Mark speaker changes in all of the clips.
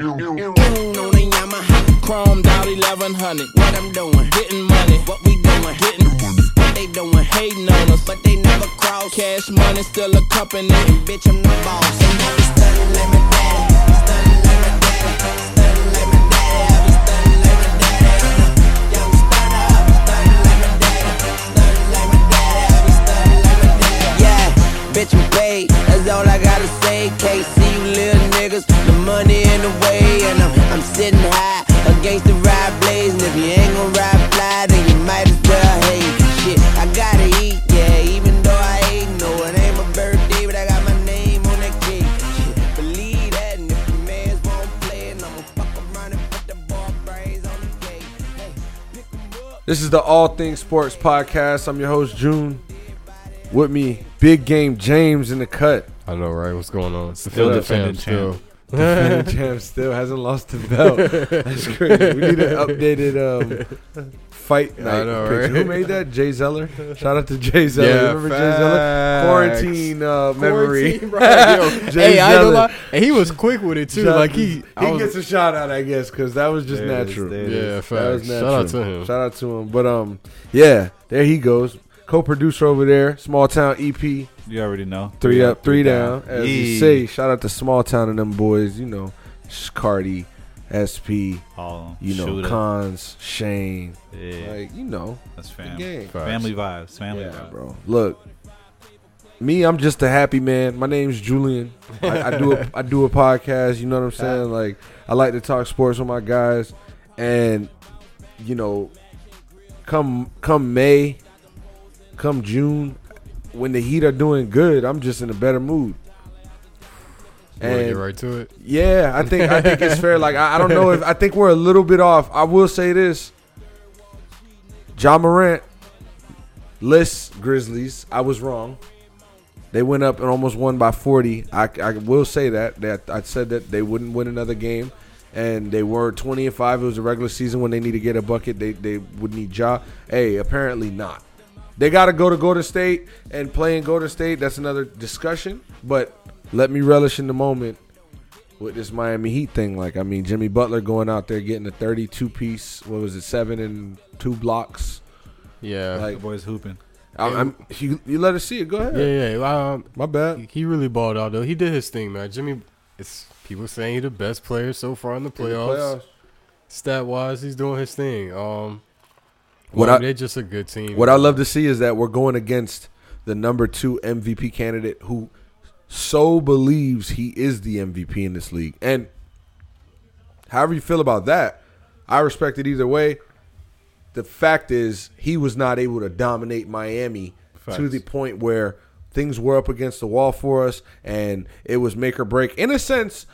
Speaker 1: Ding on the Yamaha, chromed out 1100. What I'm doing, hitting money. What we doing, hitting money. What they doing, hating on us, but they never cross. Cash money still a company, and bitch I'm the boss. And I be stunning like my daddy, stunning like my daddy, stunning like my daddy. I be stunning like my daddy. Yeah, I'm stunning, I be stunning like my daddy, stunning like my daddy. I be stunning like my daddy. Yeah, bitch I'm paid. That's all I gotta say. Can't see you little niggas. The money in the way, and I'm I'm sitting high against the ride blaze. And if you ain't gon' ride fly, then you might as well hate. Shit, I gotta eat, yeah. Even though I ain't no, it ain't my birthday, but I got my name on that cake. Shit, believe that, and if the man's won't play, and I'ma fuck around and put the ball brains on the gate. Hey, pick 'em up.
Speaker 2: This is the All Things Sports Podcast. I'm your host, June. With me, Big Game James in the cut.
Speaker 3: I know, right? What's going on?
Speaker 2: Still
Speaker 3: the
Speaker 4: defending
Speaker 3: fam
Speaker 4: champ.
Speaker 2: Defending champ still hasn't lost the belt. That's crazy. We need an updated um, fight night
Speaker 3: know,
Speaker 2: picture.
Speaker 3: right?
Speaker 2: Who made that? Jay Zeller. Shout out to Jay Zeller.
Speaker 3: Yeah,
Speaker 2: Remember Jay Zeller?
Speaker 3: facts.
Speaker 2: Quarantine uh, memory.
Speaker 3: Quarantine, right? Yo,
Speaker 2: Jay
Speaker 3: hey, I ain't gonna
Speaker 2: Zeller.
Speaker 3: lie. And he was quick with it too.
Speaker 2: Shout-
Speaker 3: like he,
Speaker 2: he
Speaker 3: I was,
Speaker 2: gets a shout out, I guess, because that was just
Speaker 4: There it is,
Speaker 2: natural.
Speaker 4: there it
Speaker 3: yeah,
Speaker 4: is.
Speaker 2: That
Speaker 3: facts.
Speaker 2: was
Speaker 3: Shout out
Speaker 2: natural.
Speaker 3: to him.
Speaker 2: Shout out to him. But um, yeah, there he goes. Co-producer over there, small town EP.
Speaker 4: You already know.
Speaker 2: Three up, three down. As you
Speaker 4: Yeah.
Speaker 2: say, shout out to Small Town and them boys. You know, Cardi, SP,
Speaker 4: All
Speaker 2: you know,
Speaker 4: shooter.
Speaker 2: Cons, Shane.
Speaker 4: yeah,
Speaker 2: Like, you know,
Speaker 4: that's
Speaker 2: the
Speaker 4: family.
Speaker 2: game.
Speaker 3: Facts.
Speaker 4: Family vibes. Family
Speaker 2: Yeah,
Speaker 4: vibes.
Speaker 2: bro. Look, me, I'm just a happy man. My name's Julian. I, I do a, I do a podcast. You know what I'm saying? Like, I like to talk sports with my guys, and you know, come come May, come June, when the Heat are doing good, I'm just in a better mood.
Speaker 3: You wanna get
Speaker 2: And-
Speaker 3: right to it.
Speaker 2: Yeah, I think I think it's fair. Like I, I don't know if I think we're a little bit off. I will say this: John Morant lists Grizzlies. I was wrong. They went up and almost won by forty. I, I will say that that I said that they wouldn't win another game, and they were twenty and five. It was a regular season when they need to get a bucket. They they would need Ja. Hey, apparently not. They got to go to Golden State and play in Golden State. That's another discussion. But let me relish in the moment with this Miami Heat thing. Like, I mean, Jimmy Butler going out there getting a 32 piece, what was it, seven and two blocks?
Speaker 3: Yeah,
Speaker 2: Like-
Speaker 4: The boys hooping.
Speaker 2: I, I'm, you, you let us see it. Go ahead.
Speaker 3: yeah, yeah. Um,
Speaker 2: My bad.
Speaker 3: he really balled out though. He did his thing, man. Jimmy, it's people saying he's the best player so far in the
Speaker 2: In the
Speaker 3: playoffs. Stat wise, he's doing his thing. Um,
Speaker 2: What
Speaker 3: well,
Speaker 2: I-
Speaker 3: they're just a good team. Uh,
Speaker 2: What I love to see is that we're going against the number two MVP candidate who so believes he is the MVP in this league. And however you feel about that, I respect it either way. The fact is, he was not able to dominate Miami to
Speaker 4: Facts.
Speaker 2: the point where things were up against the wall for us and it was make or break. In a sense,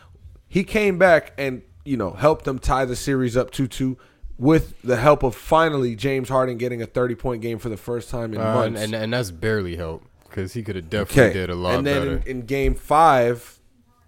Speaker 2: he came back and, you know, helped them tie the series up 2 2 with the help of finally James Harden getting a 30 point game for the first time in
Speaker 3: Uh, and,
Speaker 2: months.
Speaker 3: and and that's barely help because he could have definitely did a lot
Speaker 2: and then
Speaker 3: better.
Speaker 2: In, in game five,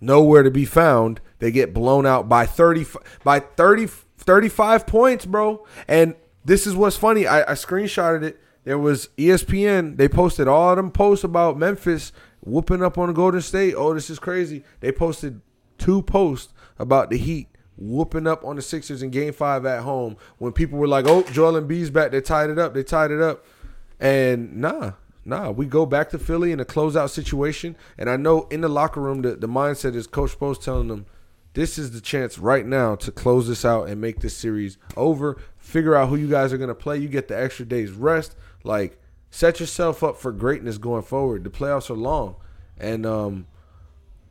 Speaker 2: nowhere to be found. They get blown out by 30 by 30 35 points, bro. And this is what's funny. I, I screenshotted it. There was E ESPN. They posted all them posts about Memphis whooping up on Golden State. Oh, this is crazy. They posted two posts about the Heat whooping up on the Sixers in Game Five at home. When people were like, "Oh, Joel and B's back. They tied it up. They tied it up." And nah, nah, we go back to Philly in a closeout situation. And I know in the locker room, the, the mindset is Coach Post telling them, this is the chance right now to close this out and make this series over. Figure out who you guys are going to play. You get the extra day's rest. Like, set yourself up for greatness going forward. The playoffs are long. And, um,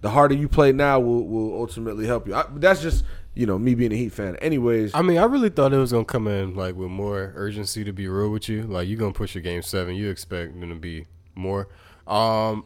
Speaker 2: the harder you play now will, will ultimately help you. I, but that's just you know me being a Heat fan. Anyways,
Speaker 3: I mean, I really thought it was gonna come in like with more urgency. To be real with you, like you're gonna push your game seven. You expect them to be more. Um,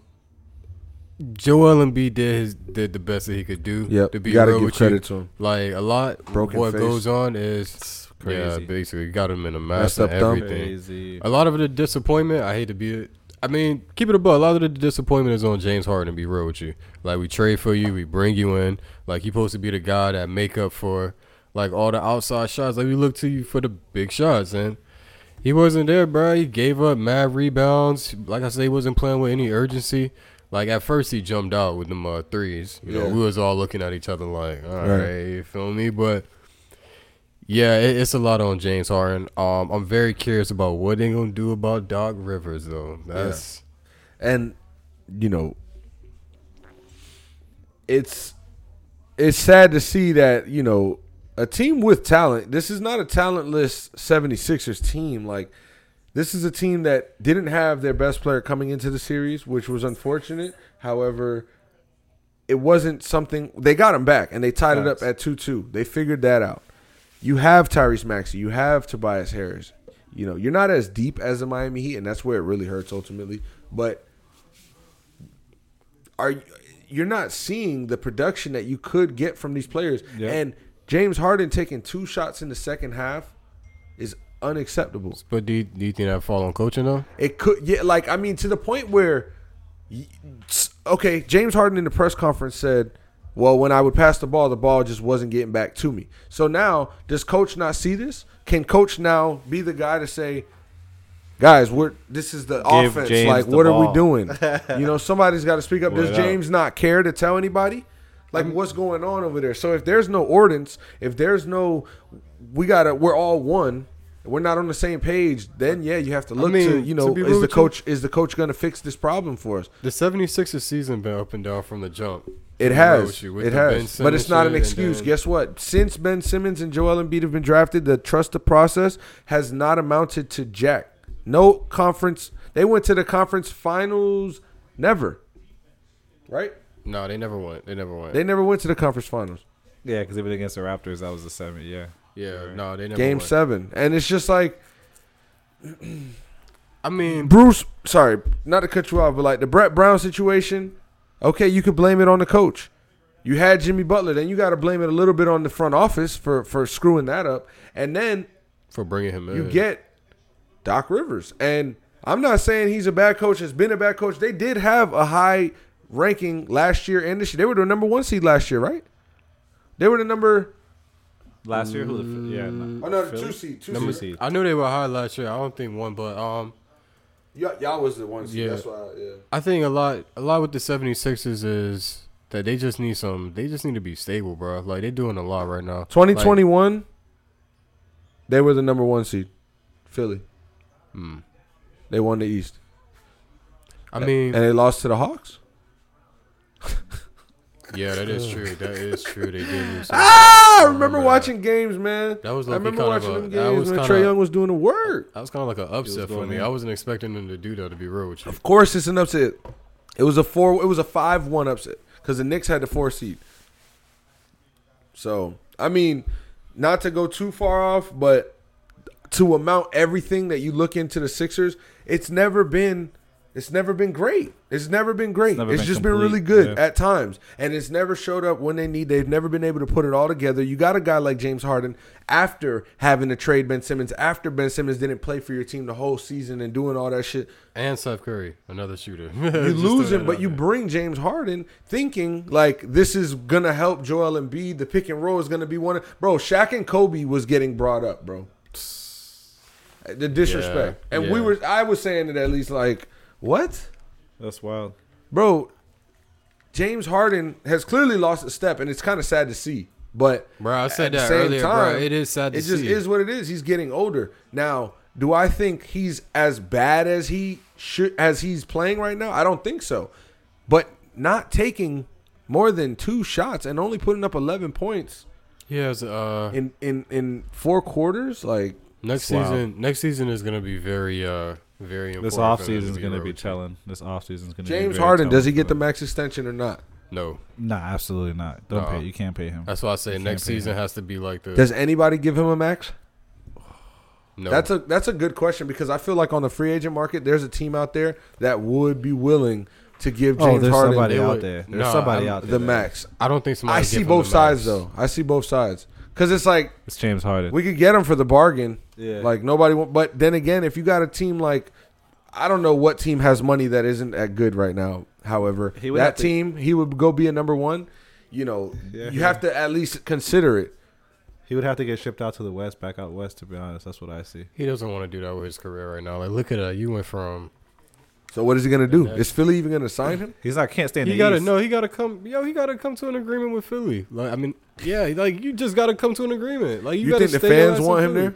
Speaker 3: Joel Embiid did his, did the best that he could do.
Speaker 2: Yep,
Speaker 3: to
Speaker 2: you gotta give
Speaker 3: with
Speaker 2: credit to him.
Speaker 3: Like a lot,
Speaker 2: Broken
Speaker 3: what
Speaker 2: face.
Speaker 3: goes on is yeah,
Speaker 4: crazy.
Speaker 3: basically got him in a mess
Speaker 2: Messed
Speaker 3: of
Speaker 2: up thumb.
Speaker 3: everything.
Speaker 4: Crazy.
Speaker 3: A lot of the disappointment, I hate to be it. I mean, keep it above. A lot of the disappointment is on James Harden. Be real with you. Like we trade for you, we bring you in. Like you supposed to be the guy that make up for like all the outside shots. Like we look to you for the big shots, and he wasn't there, bro. He gave up mad rebounds. Like I say, he wasn't playing with any urgency. Like at first he jumped out with them uh, threes. You know,
Speaker 2: Yeah.
Speaker 3: we was all looking at each other like, all
Speaker 2: Right.
Speaker 3: right, you feel me? But yeah, it, it's a lot on James Harden. Um, I'm very curious about what they gonna do about Doc Rivers though. That's
Speaker 2: and you know it's it's sad to see that you know a team with talent this is not a talentless 76ers team like this is a team that didn't have their best player coming into the series which was unfortunate however it wasn't something they got him back and they tied it up at 2-2 they figured that out you have Tyrese Maxey, you have Tobias Harris. You know, you're not as deep as the Miami Heat, and that's where it really hurts ultimately. But are you- you're not seeing the production that you could get from these players?
Speaker 3: Yeah.
Speaker 2: And James Harden taking two shots in the second half is unacceptable.
Speaker 3: but do you, do you think that fall on coaching though?
Speaker 2: It could, yeah, like I mean, to the point where, y- s- okay, James Harden in the press conference said, "Well, when I would pass the ball, the ball just wasn't getting back to me." So now, does coach not see this? Can coach now be the guy to say, "Guys, we're this is the
Speaker 4: Give
Speaker 2: offense.
Speaker 4: James
Speaker 2: like,
Speaker 4: the
Speaker 2: what are we
Speaker 4: ball."
Speaker 2: doing? you know, somebody's got to speak up.
Speaker 4: Word
Speaker 2: does
Speaker 4: up.
Speaker 2: James not care to tell anybody?" Like what's going on over there? So if there's no ordinance, if there's no, we gotta, we're all one, we're not on the same page. Then yeah, you have to look
Speaker 3: mean,
Speaker 2: to you
Speaker 3: to
Speaker 2: know
Speaker 3: be
Speaker 2: is
Speaker 3: real
Speaker 2: the
Speaker 3: with you-
Speaker 2: coach is the coach going to fix this problem for us?
Speaker 3: The 76ers season been up and down from the jump.
Speaker 2: It
Speaker 3: From
Speaker 2: has,
Speaker 3: Roshi with
Speaker 2: it
Speaker 3: the Ben
Speaker 2: has, but
Speaker 3: Simmons
Speaker 2: it's not an
Speaker 3: shit and
Speaker 2: excuse.
Speaker 3: then-
Speaker 2: Guess what? Since Ben Simmons and Joel Embiid have been drafted, the trust the process has not amounted to jack. No conference. They went to the conference finals. Never. Right?
Speaker 3: No, they never went. They never went.
Speaker 2: They never went to the conference finals.
Speaker 4: Yeah, because it was against the Raptors. That was the seven. Yeah.
Speaker 3: yeah, no, they never
Speaker 2: Game
Speaker 3: won.
Speaker 2: seven, and it's just like
Speaker 3: I mean,
Speaker 2: Bruce, sorry, not to cut you off, but like the Brett Brown situation, okay, you could blame it on the coach. You had Jimmy Butler, then you got to blame it a little bit on the front office for for screwing that up, and then
Speaker 3: for bringing him in.
Speaker 2: you get Doc Rivers. And I'm not saying he's a bad coach, has been a bad coach. They did have a high ranking last year and this year. They were the number one seed last year, right? They were the number
Speaker 4: Last year, who the f- yeah? No,
Speaker 2: oh no, the
Speaker 4: Philly?
Speaker 2: two seed, two
Speaker 4: Number
Speaker 2: seed.
Speaker 4: seed.
Speaker 3: I knew they were high last year. I don't think one, but um,
Speaker 2: Y'all, y'all was the one seed.
Speaker 3: Yeah.
Speaker 2: That's why, yeah.
Speaker 3: I think a lot, a lot with the 76ers is that they just need some. They just need to be stable, bro. Like they're doing a lot right now.
Speaker 2: 2021, they were the number one seed, Philly.
Speaker 3: Hmm.
Speaker 2: They won the East,
Speaker 3: Like, I mean,
Speaker 2: and they lost to the Hawks.
Speaker 3: yeah, that is true. That is true. They did. lose.
Speaker 2: Ah, I remember
Speaker 3: remember that.
Speaker 2: watching games, man.
Speaker 3: That was
Speaker 2: I
Speaker 3: low-key
Speaker 2: remember
Speaker 3: kind
Speaker 2: watching
Speaker 3: of a-
Speaker 2: them
Speaker 3: that
Speaker 2: games
Speaker 3: was
Speaker 2: when
Speaker 3: kinda-
Speaker 2: Trey Young was doing the work.
Speaker 3: That was kind of like an upset for
Speaker 4: going
Speaker 3: me.
Speaker 4: in.
Speaker 3: I wasn't expecting them to do that. To be real with you,
Speaker 2: Of course, it's an upset. It was a four. It was a five-one upset because the Knicks had the four seed. So I mean, not to go too far off, but to amount everything that you look into the Sixers, it's never been. It's never been great. It's never been great. It's,
Speaker 4: never been
Speaker 2: just been
Speaker 4: complete,
Speaker 2: really good
Speaker 4: yeah.
Speaker 2: at times, and it's never showed up when they need. They've never been able to put it all together. You got a guy like James Harden after having to trade Ben Simmons, after Ben Simmons didn't play for your team the whole season and doing all that shit
Speaker 3: and Steph Curry, another shooter.
Speaker 2: you lose him, but you bring James Harden thinking like this is gonna help Joel Embiid. The pick and roll is gonna be one. Of, bro, Shaq and Kobe was getting brought up, bro. The disrespect,
Speaker 3: Yeah,
Speaker 2: and we
Speaker 3: yeah.
Speaker 2: were. I was saying it at least like what,
Speaker 4: That's wild.
Speaker 2: bro. James Harden has clearly lost a step, and it's kind of sad to see. But
Speaker 3: Bro, I said
Speaker 2: at the
Speaker 3: that
Speaker 2: same
Speaker 3: earlier, bro. It is sad to
Speaker 2: it just
Speaker 3: see.
Speaker 2: is what it is. He's getting older now. Do I think he's as bad as he should as he's playing right now? I don't think so. But not taking more than two shots and only putting up eleven points
Speaker 3: He has uh
Speaker 2: in in in four quarters, like
Speaker 3: next
Speaker 4: Wow.
Speaker 3: season. Next season is gonna be very uh very important.
Speaker 4: This
Speaker 3: for them to
Speaker 4: offseason is
Speaker 3: be
Speaker 4: going to
Speaker 3: real
Speaker 4: be
Speaker 3: with you.
Speaker 4: telling. This offseason is going to be
Speaker 2: James
Speaker 4: very
Speaker 2: Harden, does he
Speaker 4: telling,
Speaker 2: get the
Speaker 4: but-
Speaker 2: max extension or not?
Speaker 3: No,
Speaker 4: No, absolutely not. Don't
Speaker 3: Uh-uh.
Speaker 4: pay. You can't pay him.
Speaker 3: that's why I say
Speaker 4: You
Speaker 3: next
Speaker 4: can't pay
Speaker 3: season
Speaker 4: him.
Speaker 3: has to be like the
Speaker 2: Does anybody give him a max?
Speaker 3: no.
Speaker 2: That's a that's a good question because I feel like on the free agent market, there's a team out there that would be willing to give
Speaker 4: Oh,
Speaker 2: James
Speaker 4: there's
Speaker 2: Harden
Speaker 4: somebody
Speaker 3: they
Speaker 4: out
Speaker 3: would-
Speaker 4: there. There's
Speaker 3: Nah,
Speaker 4: somebody
Speaker 3: I'm-
Speaker 4: out there.
Speaker 2: the
Speaker 4: that-
Speaker 2: max.
Speaker 3: I don't think somebody.
Speaker 2: I
Speaker 3: give
Speaker 2: see
Speaker 3: him
Speaker 2: both
Speaker 3: the
Speaker 2: sides
Speaker 3: max.
Speaker 2: though. I see both sides because it's like
Speaker 4: It's James Harden.
Speaker 2: we could get him for the bargain.
Speaker 4: Yeah.
Speaker 2: Like nobody. wa- But then again, if you got a team like, I don't know what team has money that isn't at good right now. However,
Speaker 4: He would
Speaker 2: that
Speaker 4: have to-
Speaker 2: team he would go be a number one. You know,
Speaker 4: Yeah.
Speaker 2: you have to at least consider it.
Speaker 4: he would have to get shipped out to the West, back out West, to be honest. That's what I see.
Speaker 3: He doesn't want to do that with his career right now. Like, look at that. You went uh, from
Speaker 2: So what is he gonna do? Is Philly even gonna sign him?
Speaker 4: He's not can't stand.
Speaker 3: He
Speaker 4: the
Speaker 3: gotta
Speaker 4: East.
Speaker 3: no, he gotta come. Yo, he gotta come to an agreement with Philly. Like I mean, yeah, like you just gotta come to an agreement. Like you,
Speaker 2: You,
Speaker 3: gotta
Speaker 2: think the
Speaker 3: stay
Speaker 2: fans
Speaker 3: ass in
Speaker 2: want him
Speaker 3: Philly.
Speaker 2: there?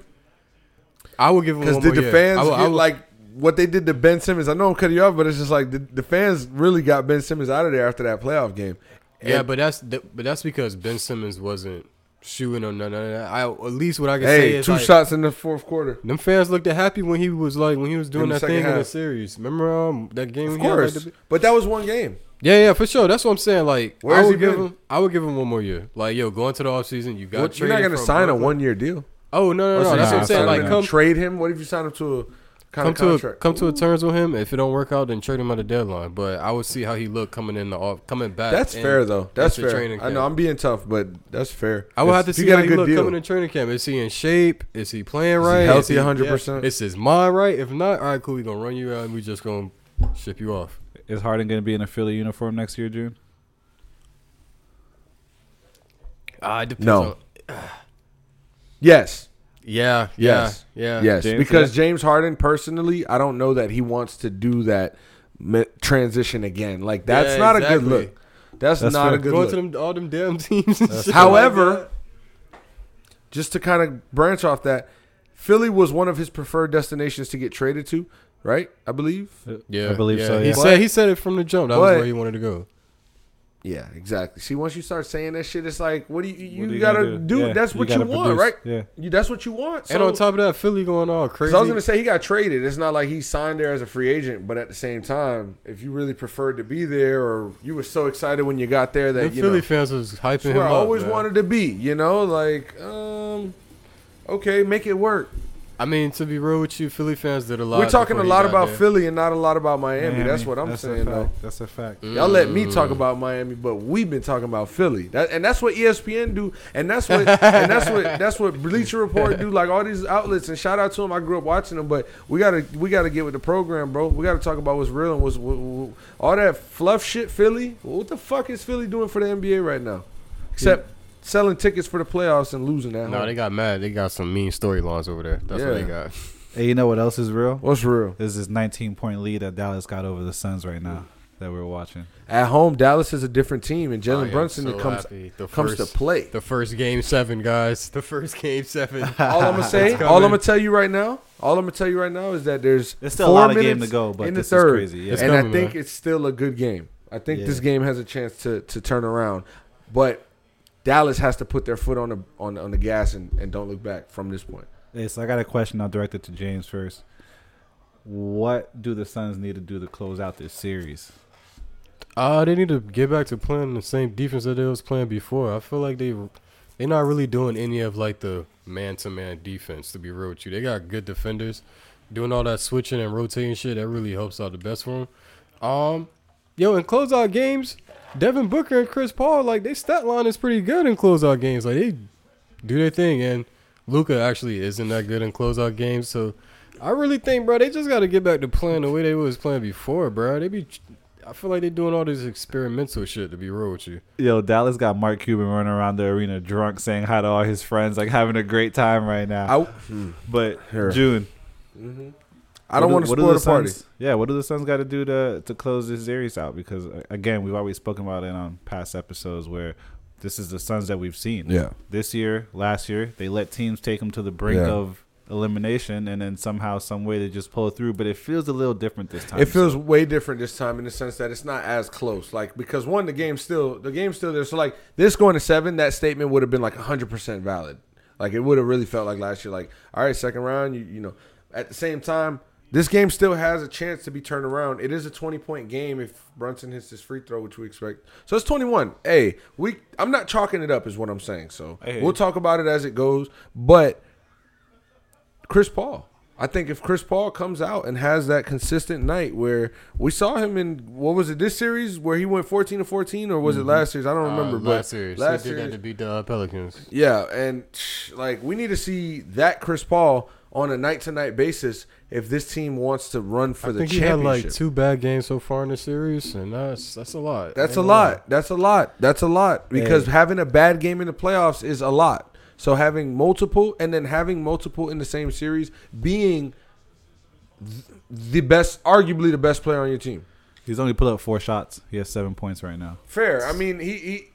Speaker 3: I would give him
Speaker 2: Because
Speaker 3: one
Speaker 2: did
Speaker 3: more
Speaker 2: the
Speaker 3: year.
Speaker 2: fans
Speaker 3: I would- I
Speaker 2: get,
Speaker 3: would-
Speaker 2: like what they did to Ben Simmons? I know I'm cutting you off, but it's just like the, the fans really got Ben Simmons out of there after that playoff game. And
Speaker 3: yeah, but that's th- but that's because Ben Simmons wasn't shooting or none of that. I at least what I can say
Speaker 2: hey,
Speaker 3: is
Speaker 2: two
Speaker 3: like,
Speaker 2: shots in the fourth quarter.
Speaker 3: Them fans looked happy when he was like when he was doing
Speaker 2: the
Speaker 3: that
Speaker 2: second
Speaker 3: thing in the
Speaker 2: half.
Speaker 3: series. Remember um, that game?
Speaker 2: Of
Speaker 3: he had, like,
Speaker 2: course,
Speaker 3: the-
Speaker 2: but that was one game.
Speaker 3: yeah, yeah, for sure. That's what I'm saying. Like,
Speaker 2: Where
Speaker 3: I
Speaker 2: has
Speaker 3: would
Speaker 2: he
Speaker 3: give
Speaker 2: been?
Speaker 3: him, I would give him one more year. Like, yo, going to the offseason, you got.
Speaker 2: What- you're not
Speaker 3: traded
Speaker 2: gonna
Speaker 3: from
Speaker 2: sign a
Speaker 3: Brooklyn.
Speaker 2: one-year deal.
Speaker 3: Oh no, no, no.
Speaker 2: Unless
Speaker 3: That's
Speaker 2: you
Speaker 3: what I'm
Speaker 4: nah,
Speaker 3: saying.
Speaker 2: sign
Speaker 4: sign
Speaker 3: Like,
Speaker 2: him
Speaker 4: a
Speaker 2: and
Speaker 3: come,
Speaker 2: trade him. What if you sign him to a kind
Speaker 3: come
Speaker 2: of
Speaker 3: to a,
Speaker 2: contract?
Speaker 3: come to a terms with him. If it don't work out, then trade him at the deadline. But I would see how he looked coming in the off, coming back.
Speaker 2: that's
Speaker 3: in-
Speaker 2: fair though. That's
Speaker 3: into
Speaker 2: fair.
Speaker 3: training
Speaker 2: I
Speaker 3: camp.
Speaker 2: know I'm being tough, but that's fair.
Speaker 3: I would
Speaker 2: If
Speaker 3: have to
Speaker 2: you
Speaker 3: see
Speaker 2: get
Speaker 3: how
Speaker 2: a
Speaker 3: he
Speaker 2: good
Speaker 3: look
Speaker 2: deal.
Speaker 3: coming in training camp. Is he in shape? Is he playing right?
Speaker 2: healthy
Speaker 3: Is he-
Speaker 2: 100%?
Speaker 3: yeah. Is his mind right? If not, all right, cool. We gonna run you out and we just gonna ship you off.
Speaker 4: Is Harden gonna be in a Philly uniform next year, June?
Speaker 3: Uh, it depends
Speaker 2: No.
Speaker 3: on-
Speaker 2: Yes.
Speaker 3: Yeah.
Speaker 2: Yes.
Speaker 3: Yeah. Yeah.
Speaker 2: Yes,
Speaker 4: James-
Speaker 2: because James Harden personally, I don't know that he wants to do that me- transition again. Like that's
Speaker 3: Yeah,
Speaker 2: not a good
Speaker 3: exactly.
Speaker 2: look. That's,
Speaker 4: That's
Speaker 2: not
Speaker 4: fair.
Speaker 2: a good
Speaker 3: Going
Speaker 2: look.
Speaker 3: to them, all them damn teams. and shit like
Speaker 2: However,
Speaker 3: that.
Speaker 2: just to kind of branch off that, Philly was one of his preferred destinations to get traded to, right? I believe.
Speaker 3: yeah,
Speaker 4: I believe
Speaker 3: yeah.
Speaker 4: so.
Speaker 3: He
Speaker 4: Yeah.
Speaker 3: said he said it from the jump. That
Speaker 2: But-
Speaker 3: was where he wanted to go.
Speaker 2: Yeah, exactly. See, once you start saying that shit, it's like, what do you you,
Speaker 4: What are
Speaker 2: gotta
Speaker 4: gonna
Speaker 2: do?
Speaker 4: Yeah,
Speaker 2: that's what you,
Speaker 4: gotta
Speaker 2: want,
Speaker 4: produce.
Speaker 2: right?
Speaker 4: Yeah.
Speaker 2: You, that's what you want.
Speaker 3: and on
Speaker 2: So-
Speaker 3: top of that, Philly going all
Speaker 2: Because
Speaker 3: crazy.
Speaker 2: I was gonna say he got traded. It's not like he signed there as a free agent, but at the same time, if you really preferred to be there, or you were so excited when you got there
Speaker 3: the
Speaker 2: that you
Speaker 3: Philly
Speaker 2: know,
Speaker 3: fans was hyping
Speaker 2: it's
Speaker 3: him
Speaker 2: where I
Speaker 3: up.
Speaker 2: always
Speaker 3: man.
Speaker 2: wanted to be. You know, like, um, okay, make it work.
Speaker 3: I mean, to be real with you, Philly fans did a lot.
Speaker 2: we're talking a
Speaker 3: before he
Speaker 2: lot
Speaker 3: got
Speaker 2: about
Speaker 3: there.
Speaker 2: Philly and not a lot about Miami. That's
Speaker 4: Miami.
Speaker 2: what I'm
Speaker 4: That's a
Speaker 2: saying, though.
Speaker 4: fact. That's a fact.
Speaker 2: Y'all let me
Speaker 3: Mm.
Speaker 2: talk about Miami, but we've been talking about Philly. That, and that's what E ESPN do, and that's what and that's what that's what Bleacher Report do. Like all these outlets, and shout out to them. I grew up watching them, but we gotta we gotta get with the program, bro. We gotta talk about what's real and what's what, what- all that fluff shit. Philly, what the fuck is Philly doing for the NBA right now? Except selling tickets for the playoffs and losing that.
Speaker 3: No, they got mad. They got some mean storylines over there. That's what they
Speaker 2: Yeah.
Speaker 3: got.
Speaker 4: Hey, you know what else is real?
Speaker 2: what's real
Speaker 4: Is this 19 point lead that Dallas got over the Suns right now that we're watching?
Speaker 2: at home? Dallas is a different team, and
Speaker 3: I
Speaker 2: Jalen
Speaker 3: am
Speaker 2: Brunson
Speaker 3: so
Speaker 2: comes
Speaker 3: happy. The
Speaker 2: comes to
Speaker 3: first-
Speaker 2: play.
Speaker 3: The first game seven, guys. The first game seven.
Speaker 2: All I'm gonna say,
Speaker 3: It's
Speaker 2: all I'm
Speaker 3: coming.
Speaker 2: gonna tell you right now, all I'm gonna tell you right now is that there's
Speaker 4: There's still a
Speaker 2: four
Speaker 4: lot of game
Speaker 2: minutes
Speaker 4: to go, but
Speaker 2: in the
Speaker 4: this is
Speaker 2: third,
Speaker 4: crazy, yeah.
Speaker 3: It's
Speaker 2: and I
Speaker 3: coming,
Speaker 2: think
Speaker 3: man.
Speaker 2: it's still a good game. I think this
Speaker 4: Yeah.
Speaker 2: game has a chance to to turn around, but Dallas has to put their foot on the on, on the gas and, and don't look back from this point.
Speaker 4: Hey, so I got a question. I'll direct it to James first. What do the Suns need to do to close out this series?
Speaker 3: Uh, they need to get back to playing the same defense that they was playing before. I feel like they they're not really doing any of like the man to man defense. To be real with you, they got good defenders doing all that switching and rotating shit. That really helps out the best for them. Um, yo, in closeout games, Devin Booker and Chris Paul like they stat line is pretty good in closeout games. Like they do their thing, and Luca actually isn't that good in closeout games. So I really think, bro, they just got to get back to playing the way they was playing before, bro. They be I feel like they're doing all this experimental shit. To be real with you,
Speaker 4: Yo, Dallas got Mark Cuban running around the arena drunk, saying hi to all his friends, like having a great time right now.
Speaker 2: I
Speaker 4: but
Speaker 2: Here.
Speaker 4: June,
Speaker 2: I don't want
Speaker 4: what do-
Speaker 2: to
Speaker 4: what
Speaker 2: spoil the
Speaker 4: do
Speaker 2: party.
Speaker 4: Suns- yeah, what do the Suns got to do to to close this series out? Because uh, again, we've always spoken about it on past episodes where this is the Suns that we've seen.
Speaker 2: Yeah.
Speaker 4: this year, last year, they let teams take them to the brink
Speaker 2: Yeah.
Speaker 4: of elimination, and then somehow, some way, they just pull through. But it feels a little different this time.
Speaker 2: It feels way different this time in the sense that it's not as close. Like because one, the game's still the game's still there. So like this going to seven, that statement would have been like hundred percent valid. Like it would have really felt like last year. Like all right, second round. You you know. At the same time, this game still has a chance to be turned around. It is a twenty point game if Brunson hits his free throw, which we expect. So it's twenty one. Hey, we I'm not chalking it up, is what I'm saying. So
Speaker 4: Hey.
Speaker 2: we'll talk about it as it goes, but. Chris Paul. I think if Chris Paul comes out and has that consistent night where we saw him in what was it this series where he went 14 to 14 or was it last series? I don't remember. but
Speaker 3: Mm-hmm. Uh, last series,
Speaker 2: last
Speaker 3: they did
Speaker 2: series-
Speaker 3: that to beat the uh, Pelicans.
Speaker 2: yeah, and tch, like we need to see that Chris Paul on a night to night basis if this team wants to run for
Speaker 3: I
Speaker 2: the
Speaker 3: think he had
Speaker 2: championship.
Speaker 3: like two bad games so far in the series, and that's that's a lot.
Speaker 2: That's
Speaker 3: Ain't
Speaker 2: a
Speaker 3: no lie.
Speaker 2: lot. That's a lot. That's a lot because having a bad game in the playoffs is a lot. So having multiple and then having multiple in the same series being the best, arguably the best player on your team.
Speaker 4: He's only put up four shots. He has seven points right now.
Speaker 2: Fair. I mean, he, he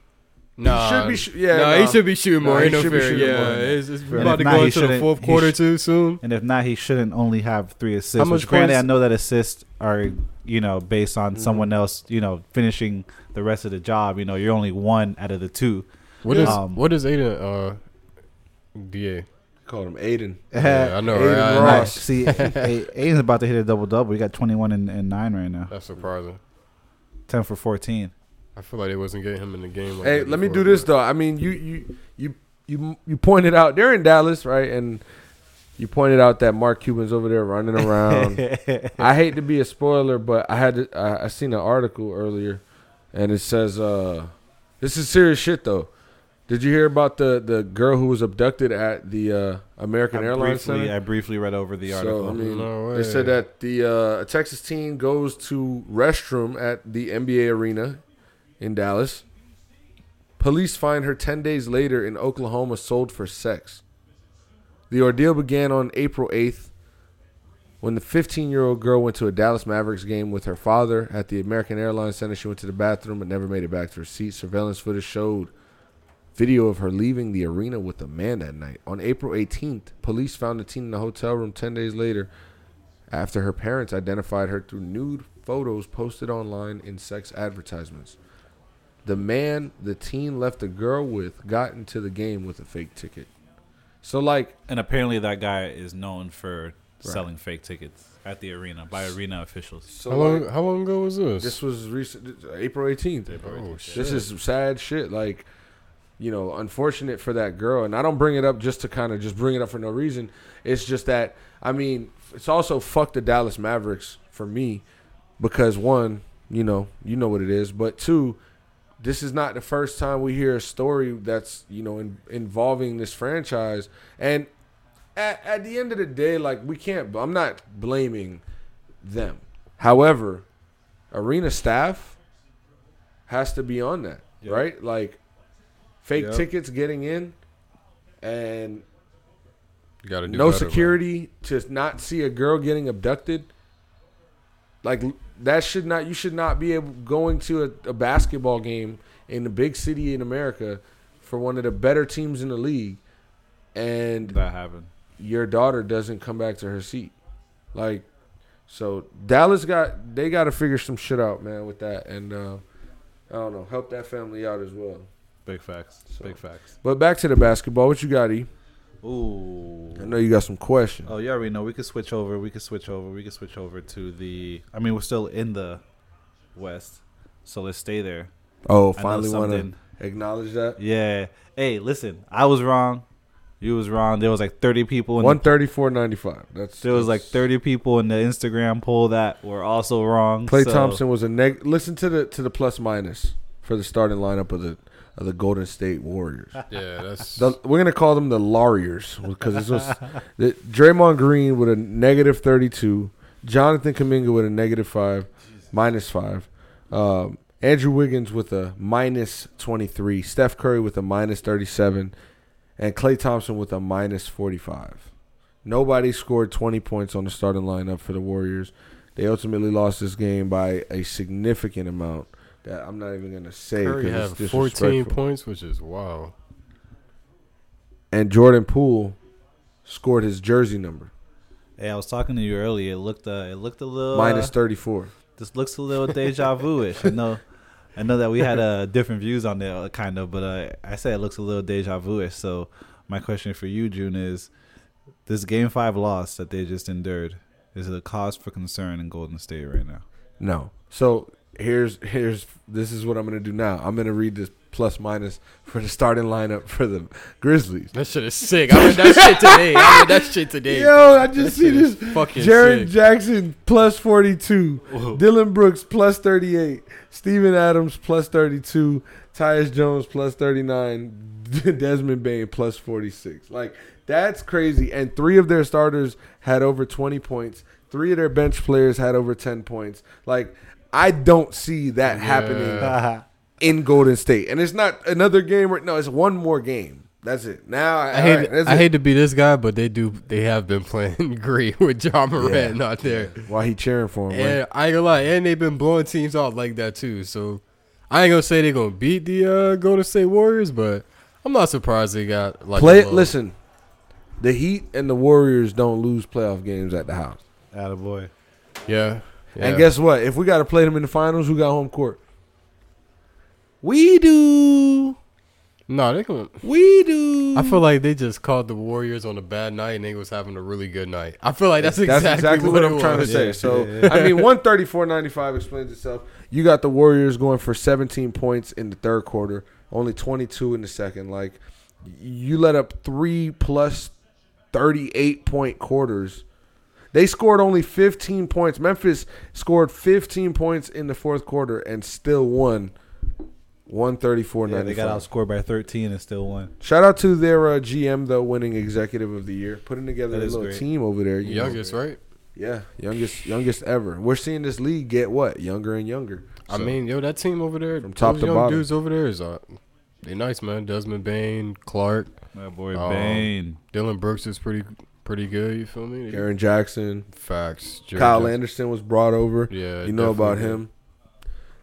Speaker 3: Nah,
Speaker 2: should be shoo- yeah,
Speaker 3: nah,
Speaker 2: nah.
Speaker 3: he should be shooting
Speaker 2: Nah,
Speaker 3: more.
Speaker 2: he
Speaker 3: Ain't no
Speaker 2: should be
Speaker 3: fair.
Speaker 2: shooting
Speaker 3: Yeah,
Speaker 2: more, man.
Speaker 3: it's, it's
Speaker 4: And
Speaker 3: about
Speaker 4: if
Speaker 3: to
Speaker 4: not,
Speaker 3: go
Speaker 4: he
Speaker 3: into the
Speaker 4: shouldn't-
Speaker 3: fourth
Speaker 4: he
Speaker 3: quarter
Speaker 4: sh-
Speaker 3: too soon.
Speaker 4: And if not, he shouldn't only have three assists.
Speaker 3: How
Speaker 4: How
Speaker 3: much
Speaker 4: much granted, I
Speaker 3: points-
Speaker 4: know that assists are you know based on someone else you know finishing the rest of the job. You know, you're only one out of the two.
Speaker 3: What is
Speaker 4: Um,
Speaker 3: what is Aiden? Uh, Da.
Speaker 2: called him Aiden.
Speaker 3: Yeah, I know,
Speaker 2: Aiden
Speaker 3: right? I know.
Speaker 4: All right,
Speaker 2: Ross.
Speaker 4: see, A- Aiden's about to hit a double double. He got 21 and, and nine right now,
Speaker 3: That's surprising.
Speaker 4: 10 for 14.
Speaker 3: I feel like they wasn't getting him in the game. Like
Speaker 2: Hey,
Speaker 3: that
Speaker 2: let me do
Speaker 3: before,
Speaker 2: this
Speaker 3: but-
Speaker 2: though. I mean, you you you you you pointed out they're in Dallas, right? And you pointed out that Mark Cuban's over there running around. I hate to be a spoiler, but I had to, I, I seen an article earlier, and it says uh, this is serious shit though. Did you hear about the the girl who was abducted at the uh, American
Speaker 4: I
Speaker 2: Airlines Center?
Speaker 4: briefly, I briefly read over the article.
Speaker 2: So, um, I mean,
Speaker 3: No
Speaker 2: they said
Speaker 3: way.
Speaker 2: that the uh, Texas team goes to restroom at the NBA arena in Dallas. Police find her 10 days later in Oklahoma sold for sex. The ordeal began on April 8th when the 15 year old girl went to a Dallas Mavericks game with her father at the American Airlines Center. She went to the bathroom but never made it back to her seat. Surveillance footage showed video of her leaving the arena with a man that night. On April 18th, police found the teen in the hotel room 10 days later after her parents identified her through nude photos posted online in sex advertisements. The man the teen left the girl with got into the game with a fake ticket. So, like,
Speaker 4: And apparently, that guy is known for selling fake tickets at the arena by arena officials.
Speaker 2: so
Speaker 3: How long? How long ago was this?
Speaker 2: this was recent, April 18th.
Speaker 3: oh shit!
Speaker 2: This is some sad shit. Like, you know, unfortunate for that girl. And I don't bring it up just to kind of just bring it up for no reason. It's just that I mean, it's also fuck the Dallas Mavericks for me because one, you know, you know what it is, but two, this is not the first time we hear a story that's you know in, involving this franchise. And at, at the end of the day, like we can't. I'm not blaming them. However, arena staff has to be on that,
Speaker 4: Yeah.
Speaker 2: right? Like fake
Speaker 4: Yeah.
Speaker 2: tickets getting in and
Speaker 3: You gotta do
Speaker 2: no
Speaker 3: better, bro.
Speaker 2: security to not see a girl getting abducted. Like that should not you should not be able going to a, a basketball game in the big city in America for one of the better teams in the league and
Speaker 4: That happened.
Speaker 2: your daughter doesn't come back to her seat. Like, so Dallas got they got to figure some shit out, man, with that, and uh, I don't know, help that family out as well.
Speaker 4: Big facts.
Speaker 2: So-
Speaker 4: Big facts.
Speaker 2: But back to the basketball, what you got, E?
Speaker 4: Ooh.
Speaker 2: I know you got some questions.
Speaker 4: Oh, you already know. We could switch over. We could switch over. We could switch over to the. I mean, we're still in the West, so let's stay there.
Speaker 2: Oh,
Speaker 4: I know
Speaker 2: finally want to
Speaker 4: something.
Speaker 2: acknowledge that.
Speaker 4: Yeah. Hey, listen. I was wrong. You was wrong. There was like 30 people. In
Speaker 2: One thirty four ninety five. That's
Speaker 4: the, there was like 30 people in the Instagram poll that were also wrong.
Speaker 2: Clay
Speaker 4: so-
Speaker 2: Thompson was a neg. Listen to the to the plus minus for the starting lineup of the of the Golden State Warriors.
Speaker 3: Yeah, that's
Speaker 2: The, we're gonna call them the Lauriers because this was the, Draymond Green with a negative thirty-two, Jonathan Kaminga with a negative five, minus five, um, Andrew Wiggins with a minus twenty-three, Steph Curry with a minus thirty-seven, and Klay Thompson with a minus forty-five. Nobody scored twenty points on the starting lineup for the Warriors. They ultimately lost this game by a significant amount that I'm not even gonna say
Speaker 3: Curry
Speaker 2: because
Speaker 3: had
Speaker 2: it's
Speaker 3: 14
Speaker 2: disrespectful
Speaker 3: points, which is wow.
Speaker 2: and Jordan Poole scored his jersey number
Speaker 4: Hey, I was talking to you earlier. It looked. Uh, it looked a little.
Speaker 2: minus
Speaker 4: uh,
Speaker 2: 34.
Speaker 4: this looks a little deja vu-ish. I know, I know that we had uh, different views on that uh, kind of, but uh, I say it looks a little deja vu-ish. So my question for you, June, is this Game Five loss that they just endured is it a cause for concern in Golden State right now?
Speaker 2: No. So here's here's this is what I'm gonna do now. I'm gonna read this plus minus for the starting lineup for the Grizzlies.
Speaker 3: That shit is sick. I read that shit today. I read that shit today.
Speaker 2: Yo, I just
Speaker 3: That
Speaker 2: see
Speaker 3: shit is
Speaker 2: this.
Speaker 3: fucking
Speaker 2: Jared
Speaker 3: sick.
Speaker 2: Jackson plus 42, Dylan Brooks plus 38, Steven Adams plus 32, Tyus Jones plus 39, Desmond Bain plus 46. Like that's crazy. And three of their starters had over 20 points. Three of their bench players had over 10 points. Like I don't see that happening
Speaker 3: Yeah.
Speaker 2: in Golden State. And it's not another game right now. It's one more game. That's it. Now I,
Speaker 3: I hate
Speaker 2: alright, that's
Speaker 3: I
Speaker 2: it.
Speaker 3: hate to be this guy, but they do they have been playing great with John Morant not there.
Speaker 2: Why he cheering for him? right?
Speaker 3: And I ain't gonna lie, and they've been blowing teams off like that too. So I ain't gonna say they gonna beat the uh, Golden State Warriors, but I'm not surprised they got like
Speaker 2: Play
Speaker 3: a low.
Speaker 2: listen. The Heat and the Warriors don't lose playoff games at the house.
Speaker 4: Attaboy.
Speaker 3: Yeah, yeah.
Speaker 2: And guess what? If we got to play them in the finals, who got home court? We do.
Speaker 3: no, they can.
Speaker 2: We do.
Speaker 3: I
Speaker 4: Mm.
Speaker 3: feel like they just called the Warriors on a bad night, and they was having a really good night. I feel like that's exactly,
Speaker 2: what,
Speaker 3: it
Speaker 2: I'm trying to
Speaker 3: was.
Speaker 2: say. So I mean, one thirty four ninety five explains itself. You got the Warriors going for seventeen points in the third quarter, only twenty two in the second. Like you let up three plus thirty eight point quarters. They scored only fifteen points. Memphis scored fifteen points in the fourth quarter and still won. One thirty four
Speaker 4: Yeah,
Speaker 2: ninety
Speaker 4: they got
Speaker 2: five.
Speaker 4: outscored by 13 and still won.
Speaker 2: Shout out to their uh, GM though, winning executive of the year, putting together
Speaker 4: That
Speaker 2: a
Speaker 4: is
Speaker 2: little
Speaker 4: great.
Speaker 2: team over there. you know.
Speaker 3: Youngest, right?
Speaker 2: Yeah, youngest, youngest ever. We're seeing this league get what younger and younger.
Speaker 3: I
Speaker 2: So,
Speaker 3: mean, yo, that team over there,
Speaker 2: From top
Speaker 3: those
Speaker 2: to
Speaker 3: young
Speaker 2: bottom.
Speaker 3: dudes over there is uh, they nice, man. Desmond Bain, Clark,
Speaker 4: My boy
Speaker 3: Um,
Speaker 4: Bane.
Speaker 3: Dylan Brooks is pretty pretty good. You feel me?
Speaker 2: Aaron Jackson,
Speaker 3: Facts. Jerry
Speaker 2: Kyle
Speaker 3: Jones-
Speaker 2: Anderson was brought over.
Speaker 3: Yeah,
Speaker 2: you know about
Speaker 3: definitely.
Speaker 2: him.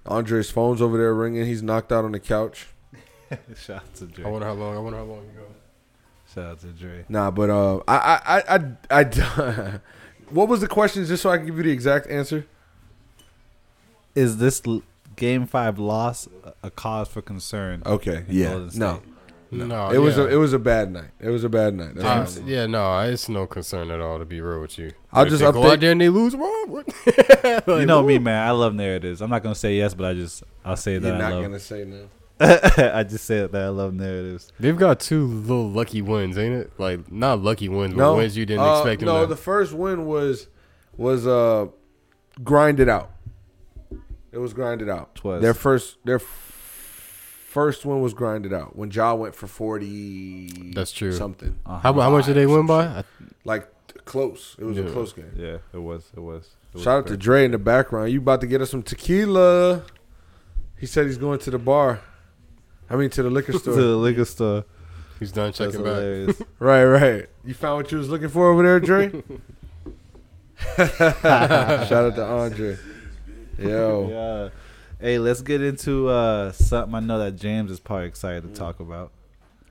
Speaker 2: Andre's phone's over there ringing. He's knocked out on the couch.
Speaker 4: Shout out to
Speaker 3: I
Speaker 4: Dre.
Speaker 3: wonder how long. I wonder how long ago.
Speaker 4: Shout out to Dre.
Speaker 2: Nah, but uh, I, I, I, I, I what was the question? Just so I can give you the exact answer.
Speaker 4: Is this l- game five loss a cause for concern?
Speaker 2: Okay,
Speaker 4: in
Speaker 2: yeah,
Speaker 4: Golden State?
Speaker 2: no,
Speaker 3: No,
Speaker 2: it was
Speaker 3: Oh, yeah.
Speaker 2: a, it was a bad night. It was a bad night. That's
Speaker 3: Uh,
Speaker 2: what I'm-
Speaker 3: yeah, no, it's no concern at all to be real with you.
Speaker 2: I'll
Speaker 3: If
Speaker 2: just
Speaker 3: they go
Speaker 2: update-
Speaker 3: out there and they lose. What? What?
Speaker 4: You
Speaker 3: Like,
Speaker 4: know me,
Speaker 3: woo.
Speaker 4: man. I love narratives. I'm not gonna say yes, but I just I'll say that
Speaker 2: You're
Speaker 4: I
Speaker 2: not
Speaker 4: love.
Speaker 2: gonna say no.
Speaker 4: I just said that I love narratives.
Speaker 3: They've got two little lucky wins, ain't it? Like not lucky wins, but
Speaker 2: No
Speaker 3: wins you didn't
Speaker 2: uh,
Speaker 3: expect. Them
Speaker 2: No,
Speaker 3: to.
Speaker 2: the first win was was uh grinded out. It was grinded out.
Speaker 4: Twas.
Speaker 2: Their first their f- first win was grinded out when Ja went for forty.
Speaker 3: That's true.
Speaker 2: Something
Speaker 4: Uh-huh.
Speaker 3: how, how much did they win by? I,
Speaker 2: like t- close. It was a
Speaker 3: Yeah.
Speaker 2: close game.
Speaker 4: Yeah, it was. It was. It was
Speaker 2: Shout out to
Speaker 4: great.
Speaker 2: Dre in the background. You about to get us some tequila? He said he's going to the bar. I mean to the liquor
Speaker 4: to
Speaker 2: store.
Speaker 4: the liquor store.
Speaker 3: he's done
Speaker 4: That's
Speaker 3: checking back.
Speaker 4: hilarious.
Speaker 2: right, right. You found what you was looking for over there, Dre. Shout out to Andre. Yo.
Speaker 4: yeah. Hey, let's get into uh, something I know that James is probably excited to talk about.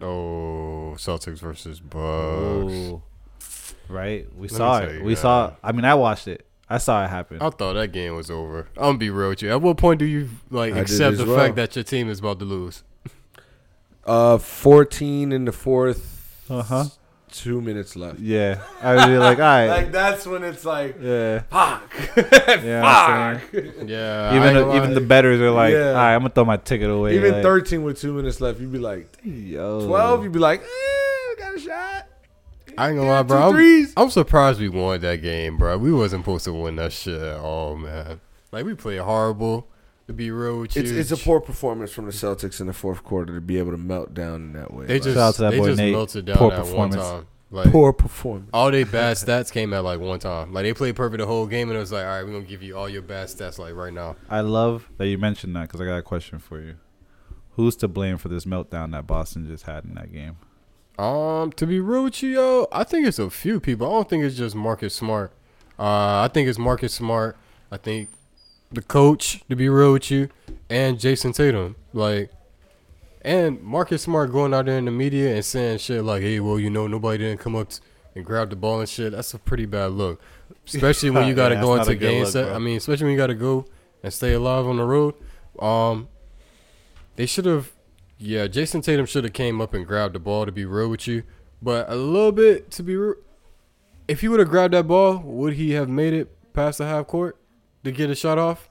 Speaker 3: Oh, Celtics versus Bucks.
Speaker 2: Oh.
Speaker 4: Ooh. Right? We
Speaker 3: Let me
Speaker 4: saw
Speaker 3: tell
Speaker 4: it.
Speaker 3: you
Speaker 4: We
Speaker 3: guys.
Speaker 4: saw it. I mean, I watched it. I saw it happen.
Speaker 3: I thought that game was over. I'm gonna be real with you. At what point do you like
Speaker 2: I did
Speaker 3: accept
Speaker 2: as
Speaker 3: the
Speaker 2: well.
Speaker 3: fact that your team is about to lose?
Speaker 2: Uh, fourteen in the fourth.
Speaker 4: Uh
Speaker 3: Uh-huh.
Speaker 4: huh.
Speaker 2: Two minutes left.
Speaker 4: Yeah. I was really like, all right.
Speaker 2: Like that's when it's like
Speaker 4: yeah.
Speaker 2: fuck.
Speaker 4: Yeah. I'm saying.
Speaker 3: Yeah, I
Speaker 4: Even
Speaker 3: ain't
Speaker 4: the,
Speaker 3: gonna
Speaker 4: even the
Speaker 3: lie.
Speaker 4: betters are like,
Speaker 2: Yeah.
Speaker 4: all right, I'm gonna throw my ticket away.
Speaker 2: Even
Speaker 4: like,
Speaker 2: thirteen with two minutes left, you'd be like
Speaker 4: yo.
Speaker 2: twelve. You'd be like, eh, we got a shot.
Speaker 3: I ain't gonna lie,
Speaker 2: Two
Speaker 3: bro. I'm,
Speaker 2: threes.
Speaker 3: I'm surprised we won that game, bro. We wasn't supposed to win that shit at all, man. Like we played horrible. To be real with you,
Speaker 2: It's it's a poor performance from the Celtics in the fourth quarter to be able to melt down in that way.
Speaker 3: They
Speaker 2: Like,
Speaker 3: just
Speaker 4: Shout out to that
Speaker 3: they
Speaker 4: boy
Speaker 3: just
Speaker 4: Nate.
Speaker 3: melted down
Speaker 4: Poor
Speaker 3: at one
Speaker 4: performance.
Speaker 3: time. Like
Speaker 2: poor performance.
Speaker 3: all they bad stats came at like one time. Like they played perfect the whole game, and it was like, all right, we're gonna give you all your bad stats like right now.
Speaker 4: I love that you mentioned that because I got a question for you. Who's to blame for this meltdown that Boston just had in that game?
Speaker 3: Um, to be real with you, yo, I think it's a few people. I don't think it's just Marcus Smart. Uh, I think it's Marcus Smart. I think the coach, to be real with you, and Jason Tatum, like, and Marcus Smart going out there in the media and saying shit like, "Hey, well, you know, nobody didn't come up t- and grab the ball and shit." That's a pretty bad look, especially when you got to
Speaker 4: Yeah,
Speaker 3: go
Speaker 4: that's
Speaker 3: into
Speaker 4: not a good
Speaker 3: game
Speaker 4: look,
Speaker 3: set.
Speaker 4: bro.
Speaker 3: I mean, especially when you got to go and stay alive on the road. Um, they should have yeah, Jason Tatum should have came up and grabbed the ball to be real with you, but a little bit to be real. If he would have grabbed that ball, would he have made it past the half court to get a shot off?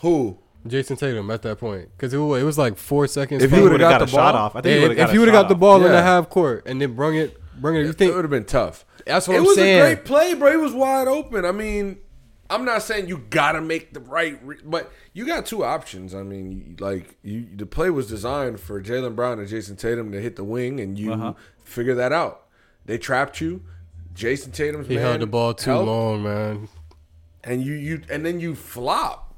Speaker 2: Who?
Speaker 3: Jason Tatum at that point, because it, wa- it was like four seconds.
Speaker 2: If
Speaker 3: from-
Speaker 2: you would have
Speaker 4: would've
Speaker 2: got,
Speaker 4: got a
Speaker 2: the
Speaker 4: shot
Speaker 2: ball
Speaker 4: off. I think he
Speaker 3: Yeah,
Speaker 4: would've got
Speaker 3: if
Speaker 4: a
Speaker 3: you would have
Speaker 4: shot
Speaker 3: got the
Speaker 4: off.
Speaker 3: ball in the
Speaker 2: Yeah.
Speaker 3: half court and then brung it, brung it. You
Speaker 2: it would
Speaker 3: think
Speaker 2: have been tough.
Speaker 3: that's what
Speaker 2: it
Speaker 3: I'm
Speaker 2: was
Speaker 3: saying?
Speaker 2: a great play, bro. It was wide open. I mean, I'm not saying you gotta make the right, re- but you got two options. I mean, you- like you, the play was designed for Jalen Brown and Jason Tatum to hit the wing, and you
Speaker 3: Uh-huh.
Speaker 2: figure that out. They trapped you. Jason Tatum's
Speaker 3: he
Speaker 2: man
Speaker 3: held the ball too
Speaker 2: helped,
Speaker 3: long, man.
Speaker 2: and you you and then you flop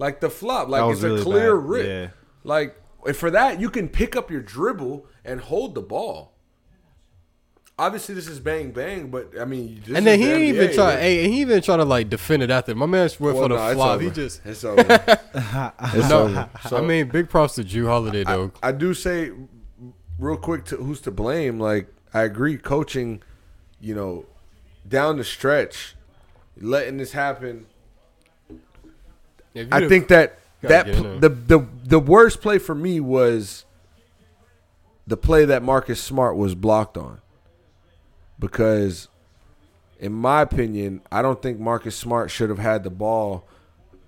Speaker 2: like the flop, like
Speaker 4: was
Speaker 2: it's
Speaker 4: really
Speaker 2: a clear
Speaker 4: bad.
Speaker 2: rip.
Speaker 4: Yeah.
Speaker 2: Like And for that, you can pick up your dribble and hold the ball. Obviously, this is bang bang, but I mean, this
Speaker 3: And then
Speaker 2: is
Speaker 3: he
Speaker 2: the
Speaker 3: ain't even
Speaker 2: NBA,
Speaker 3: try.
Speaker 2: like-
Speaker 3: Hey, and he even try to like defend it after. My man went for
Speaker 2: Well,
Speaker 3: the
Speaker 2: nah, it's
Speaker 3: flop. He
Speaker 2: over.
Speaker 3: just.
Speaker 2: it's over.
Speaker 3: No, I
Speaker 2: So-
Speaker 3: mean, big props to Drew Holiday though.
Speaker 2: I do say, real quick, to who's to blame? Like I agree, coaching, you know, down the stretch, letting this happen.
Speaker 3: If you
Speaker 2: I
Speaker 3: done-
Speaker 2: think that
Speaker 3: Gotta
Speaker 2: that
Speaker 3: get in
Speaker 2: pl- the
Speaker 3: there.
Speaker 2: the the worst play for me was the play that Marcus Smart was blocked on because in my opinion, I don't think Marcus Smart should have had the ball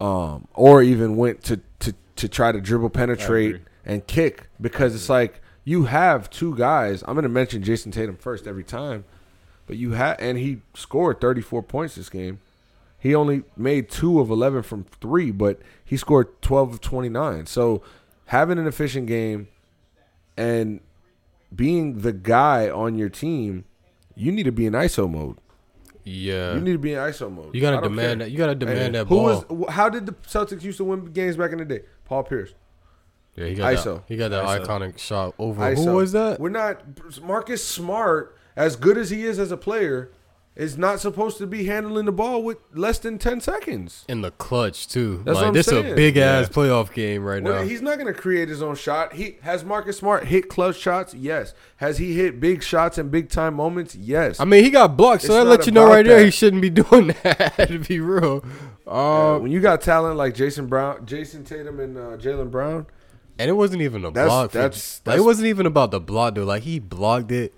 Speaker 2: um, or even went to, to, to try to dribble penetrate and kick because it's like you have two guys. I'm going to mention Jason Tatum first every time, but you have, and he scored 34 points this game. He only made two of 11 from three, but he scored 12 of 29. So having an efficient game and being the guy on your team, you need to be in ISO mode.
Speaker 3: yeah,
Speaker 2: You
Speaker 3: you,
Speaker 2: need to be in ISO mode. I
Speaker 3: gotta
Speaker 2: don't
Speaker 3: demand
Speaker 2: care.
Speaker 3: that. You gotta
Speaker 2: Hey,
Speaker 3: demand that
Speaker 2: who
Speaker 3: ball.
Speaker 2: was? wh- How did the Celtics used to win games back in the day? Paul Pierce.
Speaker 3: yeah, he got
Speaker 2: ISO.
Speaker 3: that. He got that
Speaker 4: ISO.
Speaker 3: iconic shot over.
Speaker 2: ISO.
Speaker 3: Who was that?
Speaker 2: We're not Marcus Smart. As good as he is as a player, is not supposed to be handling the ball with less than ten seconds.
Speaker 3: In the clutch too.
Speaker 2: That's
Speaker 3: like
Speaker 2: what I'm
Speaker 3: this a
Speaker 2: saying.
Speaker 3: big ass playoff game right
Speaker 2: Well,
Speaker 3: now.
Speaker 2: He's not going to create his own shot. He has Marcus Smart hit clutch shots. Yes. Has he hit big shots and big time moments? Yes.
Speaker 3: I mean, he got blocked, so
Speaker 2: It's
Speaker 3: that
Speaker 2: not
Speaker 3: let you know
Speaker 2: about
Speaker 3: right there he
Speaker 2: that.
Speaker 3: shouldn't be doing that. to be real,
Speaker 2: Uh,
Speaker 3: um,
Speaker 2: when you got talent like Jason Brown, Jason Tatum, and uh, Jalen Brown,
Speaker 3: and it wasn't even a
Speaker 2: That's-
Speaker 3: block. for-
Speaker 2: that's-
Speaker 3: like, it
Speaker 2: that's-
Speaker 3: wasn't even about the block though. Like he blocked it,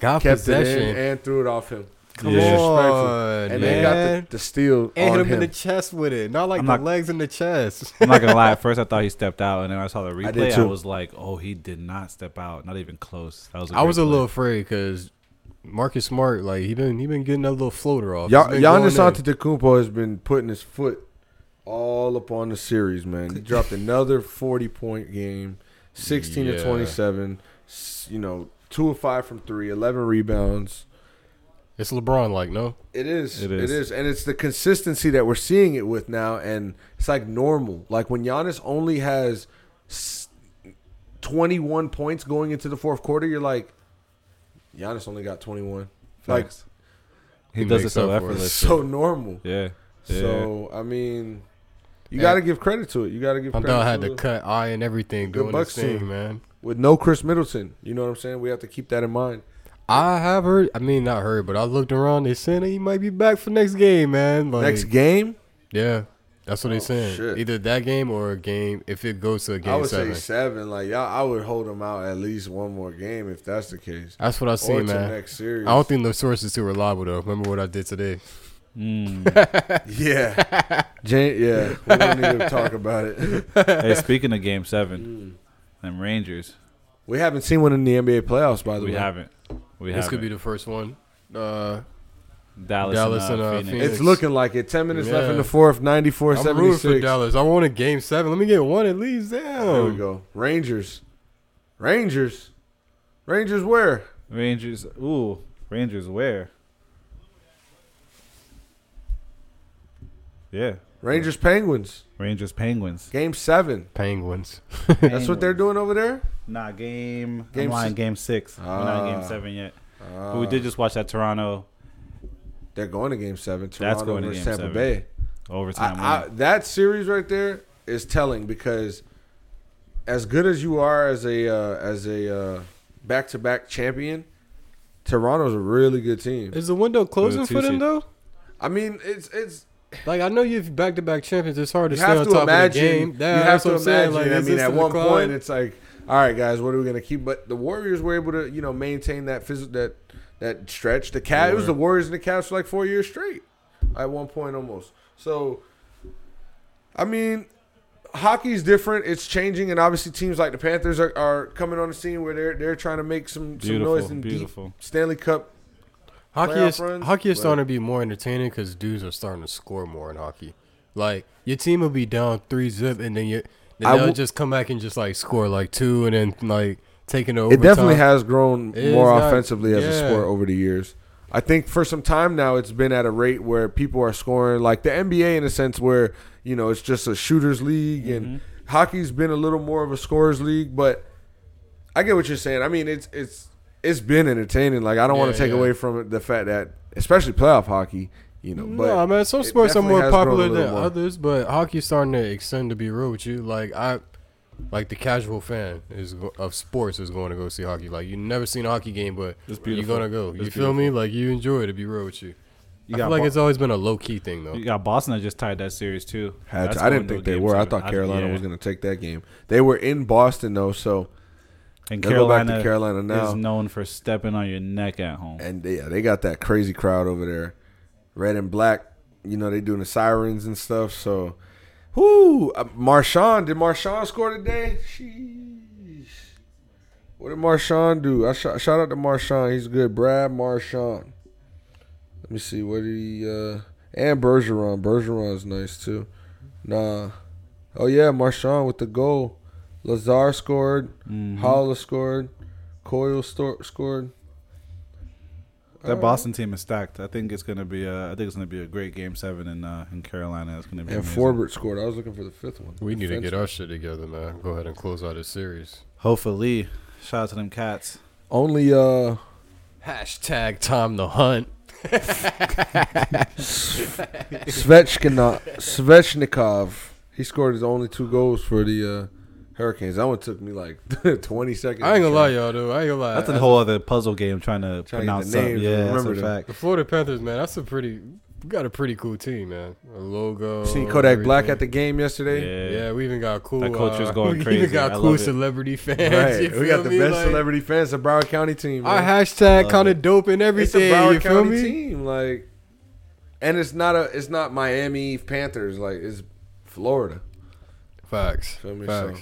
Speaker 3: got
Speaker 2: kept it
Speaker 3: possession,
Speaker 2: in and threw it off him.
Speaker 3: Come
Speaker 4: Yeah.
Speaker 3: on,
Speaker 2: and
Speaker 3: man.
Speaker 2: then got the, the steal
Speaker 3: and
Speaker 2: on
Speaker 3: hit him,
Speaker 2: him.
Speaker 3: in the chest with it. Not like
Speaker 4: I'm
Speaker 3: the
Speaker 4: not-
Speaker 3: legs in the chest.
Speaker 4: I'm not gonna lie. At first, I thought he stepped out, and then I saw the replay. I,
Speaker 2: did too.
Speaker 4: was like, "Oh, he did not step out. Not even close." That was.
Speaker 3: I was a
Speaker 4: great
Speaker 3: little afraid because Marcus Smart, like he been he been getting that little floater off.
Speaker 2: Ya-
Speaker 3: He's been going
Speaker 2: Giannis
Speaker 3: in.
Speaker 2: Antetokounmpo has been putting his foot all up on the series, man. He dropped another forty-point game, sixteen
Speaker 3: Yeah.
Speaker 2: to twenty-seven. s- You know, two of five from three, 11 rebounds.
Speaker 3: It's LeBron, like no.
Speaker 2: It is,
Speaker 4: It
Speaker 2: it
Speaker 4: is.
Speaker 2: is, and it's the consistency that we're seeing it with now, and it's like normal. Like when Giannis only has s- twenty-one points going into the fourth quarter, you're like, Giannis only got twenty-one.
Speaker 4: play.
Speaker 2: Like
Speaker 4: Facts. he does it
Speaker 3: makes
Speaker 4: so
Speaker 3: up for it.
Speaker 2: it's
Speaker 4: effortless.
Speaker 2: so normal.
Speaker 4: Yeah. yeah.
Speaker 2: So I mean, you
Speaker 3: Yeah.
Speaker 2: got to give credit to it. You got to give
Speaker 3: I'm
Speaker 2: credit
Speaker 3: done. Had
Speaker 2: to
Speaker 3: to
Speaker 2: it.
Speaker 3: cut eye and everything
Speaker 2: Good
Speaker 3: doing this
Speaker 2: Bucks
Speaker 3: thing,
Speaker 2: team.
Speaker 3: man.
Speaker 2: with no Chris Middleton. You know what I'm saying? We have to keep that in mind.
Speaker 3: I have heard. I mean, not heard, but I looked around. They saying that he might be back for next game, man. Like,
Speaker 2: Next game,
Speaker 3: yeah, that's what they saying.
Speaker 2: shit.
Speaker 3: Either that game or a game. If it goes to a game
Speaker 2: I would
Speaker 3: seven,
Speaker 2: say seven. Like y'all, I would hold him out at least one more game if that's the case.
Speaker 3: that's what I
Speaker 2: or
Speaker 3: see,
Speaker 2: to
Speaker 3: man.
Speaker 2: next series.
Speaker 3: I don't think the source is too reliable though. Remember what I did today?
Speaker 4: Mm.
Speaker 2: yeah, Jan- yeah. We don't need to talk about it.
Speaker 4: hey, speaking of Game Seven, them Rangers.
Speaker 2: We haven't seen one in the NBA playoffs, Mm. by the
Speaker 4: We
Speaker 2: way.
Speaker 4: haven't. We
Speaker 3: this
Speaker 4: haven't.
Speaker 3: could be the first one. Uh,
Speaker 4: Dallas,
Speaker 3: Dallas
Speaker 4: and, uh,
Speaker 3: and, uh,
Speaker 4: Phoenix.
Speaker 2: It's looking like it. Ten minutes left
Speaker 3: Yeah.
Speaker 2: in the fourth. 94
Speaker 3: I'm rooting for
Speaker 2: 76.
Speaker 3: Dallas. I want a game seven. Let me get one at least. Damn.
Speaker 2: There we go. Rangers. Rangers. Rangers where?
Speaker 4: Rangers. Ooh, Rangers. Where? Yeah,
Speaker 2: Rangers Penguins.
Speaker 4: Rangers. Penguins.
Speaker 2: Game seven.
Speaker 3: Penguins.
Speaker 2: That's what they're doing over there.
Speaker 4: Nah, game.
Speaker 2: Game Ah.
Speaker 4: Game i
Speaker 2: six-
Speaker 4: Game six. We're not in
Speaker 2: Ah.
Speaker 4: game seven yet. but we did just watch that Toronto
Speaker 2: They're going to game seven. Toronto
Speaker 4: That's going to
Speaker 2: versus
Speaker 4: game
Speaker 2: Tampa
Speaker 4: seven.
Speaker 2: Bay.
Speaker 4: overtime.
Speaker 2: I, I,
Speaker 4: winner.
Speaker 2: that series right there is telling because as good as you are as a uh, as a uh, back-to-back champion, Toronto's a really good team.
Speaker 3: Is the window closing for them
Speaker 4: two-seed.
Speaker 3: though?
Speaker 2: I mean, it's it's
Speaker 3: Like I know you've back to back champions. It's hard to
Speaker 2: you
Speaker 3: stay
Speaker 2: have
Speaker 3: on
Speaker 2: to
Speaker 3: top of the
Speaker 2: imagine.
Speaker 3: game.
Speaker 2: You
Speaker 3: That-
Speaker 2: have
Speaker 3: that's
Speaker 2: to
Speaker 3: what I'm saying.
Speaker 2: imagine.
Speaker 3: Like,
Speaker 2: I
Speaker 3: is
Speaker 2: mean,
Speaker 3: this
Speaker 2: at
Speaker 3: the
Speaker 2: one
Speaker 3: decline?
Speaker 2: point, it's like, all right, guys, what are we gonna keep? But the Warriors were able to you know maintain that phys- that that stretch. The cat it was the Warriors and the Cavs for like four years straight, at one point almost. So, I mean, hockey's different. It's changing, and obviously teams like the Panthers are, are coming on the scene where they're they're trying to make some, some
Speaker 4: Beautiful,
Speaker 2: noise and deep
Speaker 4: beautiful.
Speaker 2: Stanley Cup.
Speaker 3: hockey
Speaker 2: playoff
Speaker 3: is
Speaker 2: runs,
Speaker 3: hockey is
Speaker 2: but-
Speaker 3: starting to be more entertaining because dudes are starting to score more in hockey. Like your team will be down three zip, and then you then
Speaker 2: I
Speaker 3: they'll
Speaker 2: will-
Speaker 3: just come back and just like score like two, and then like taking over.
Speaker 2: It definitely has grown
Speaker 3: It
Speaker 2: more
Speaker 3: is not-
Speaker 2: offensively as a
Speaker 3: yeah.
Speaker 2: sport over the years. I think for some time now it's been at a rate
Speaker 3: Mm-hmm.
Speaker 2: where people are scoring like the NBA in a sense where, you know, it's just a shooters league and hockey's been a little more of a scorers league, but I get what you're saying. I mean, it's it's it's been entertaining. Like I don't want
Speaker 3: Yeah,
Speaker 2: to take
Speaker 3: yeah.
Speaker 2: away from it the fact that, especially playoff hockey, you know. But
Speaker 3: no, man, some
Speaker 2: it
Speaker 3: sports are
Speaker 2: definitely
Speaker 3: more
Speaker 2: has grown a
Speaker 3: popular
Speaker 2: little
Speaker 3: than
Speaker 2: more.
Speaker 3: others, but hockey's starting to extend to be real with you. Like I, like the casual fan is go- of sports is going to go see hockey. Like you never seen a hockey game, but you're
Speaker 4: It's beautiful.
Speaker 3: gonna go. you
Speaker 4: It's
Speaker 3: feel me? Like you enjoy it to be real with you.
Speaker 4: You
Speaker 3: I
Speaker 4: got
Speaker 3: feel like
Speaker 4: Bo-
Speaker 3: it's always been a low key thing though.
Speaker 4: You got Boston that just tied that series too.
Speaker 2: Had
Speaker 4: That's
Speaker 2: to. I
Speaker 4: going
Speaker 2: didn't
Speaker 4: to
Speaker 2: think
Speaker 4: a
Speaker 2: they
Speaker 4: game
Speaker 2: were. I
Speaker 4: seven.
Speaker 2: thought Carolina
Speaker 4: yeah.
Speaker 2: was going to take that game. They were in Boston though, so
Speaker 4: And
Speaker 2: They'll go back to Carolina
Speaker 4: Carolina,
Speaker 2: now.
Speaker 4: is known for stepping on your neck at home.
Speaker 2: and yeah, they got that crazy crowd over there, red and black. You know they doing the sirens and stuff. So, whoo, uh, Marshawn did Marshawn score today? Sheesh. What did Marshawn do? I shout, shout out to Marshawn. He's good. Brad Marshawn. Let me see what did he uh and Bergeron. Bergeron's nice too. Nah. Oh yeah, Marshawn with the goal. Lazar scored.
Speaker 4: Mhm.
Speaker 2: Holla scored. Coyle stor- scored. Uh,
Speaker 4: That Boston team is stacked. I think it's gonna be. A, I think it's gonna be a great game seven in uh, in Carolina. It's gonna be.
Speaker 2: And
Speaker 4: amazing.
Speaker 2: Forbert scored. I was looking for the fifth one.
Speaker 3: We need to get
Speaker 2: Defenseman.
Speaker 3: our shit together, man. Go ahead and close out this series.
Speaker 4: Hopefully, shout out to them cats.
Speaker 2: only uh
Speaker 3: Hashtag Tom the Hunt.
Speaker 2: Svechkina Svechnikov. He scored his only two goals for the uh Hurricanes. That one took me like twenty seconds.
Speaker 3: I ain't gonna lie, y'all, dude. I ain't gonna lie.
Speaker 4: That's a whole other puzzle game trying to
Speaker 2: Trying to get
Speaker 4: pronounce
Speaker 2: the
Speaker 4: something.
Speaker 2: names
Speaker 4: Yeah,
Speaker 2: and
Speaker 4: that's
Speaker 2: remember
Speaker 4: a
Speaker 2: them.
Speaker 4: fact.
Speaker 3: The Florida Panthers, man. That's a pretty. We got a pretty cool team, man. A logo.
Speaker 2: Seen Kodak Black
Speaker 3: Oh, everything.
Speaker 2: at the game yesterday.
Speaker 4: Yeah.
Speaker 3: Yeah, we even got cool.
Speaker 4: That culture's
Speaker 3: uh,
Speaker 4: going
Speaker 3: we
Speaker 4: crazy.
Speaker 3: even got
Speaker 4: I
Speaker 3: cool
Speaker 4: love it.
Speaker 3: celebrity fans. you
Speaker 2: Right. We got
Speaker 3: feel
Speaker 2: the
Speaker 3: me?
Speaker 2: best
Speaker 3: Like,
Speaker 2: celebrity fans, the Broward County team.
Speaker 3: Our
Speaker 2: man.
Speaker 3: hashtag
Speaker 4: Love
Speaker 3: kind of
Speaker 4: it.
Speaker 3: dope
Speaker 2: it's
Speaker 3: and
Speaker 2: a
Speaker 3: everything.
Speaker 2: Broward
Speaker 3: You feel
Speaker 2: County
Speaker 3: me?
Speaker 2: team, like and it's not a it's not Miami Panthers, like it's Florida.
Speaker 3: Facts.
Speaker 2: Feel me?
Speaker 3: Facts.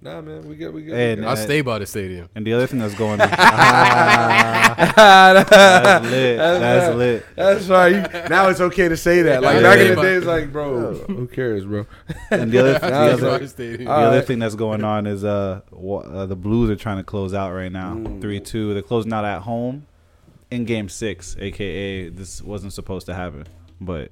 Speaker 2: Nah man, we good, we good.
Speaker 4: Hey,
Speaker 2: we good.
Speaker 4: now-
Speaker 3: I stay by the stadium.
Speaker 4: uh, And the other thing that's going. Ah, that's lit. That's lit.
Speaker 2: That's right. You- Now it's okay to say that. Like
Speaker 3: Yeah.
Speaker 2: back in
Speaker 3: Yeah.
Speaker 2: the day, it's like, bro, who cares, bro?
Speaker 4: And the other,
Speaker 3: I
Speaker 4: the
Speaker 2: Nah,
Speaker 3: stay
Speaker 2: it's
Speaker 4: other,
Speaker 3: by
Speaker 2: like-
Speaker 3: the stadium.
Speaker 4: the
Speaker 2: All
Speaker 4: other
Speaker 2: right.
Speaker 4: thing that's going on is uh, wa- uh the Blues are trying to close out right now,
Speaker 2: Mm.
Speaker 4: three two. They're closing out at home in Game Six, aka this wasn't supposed to happen, but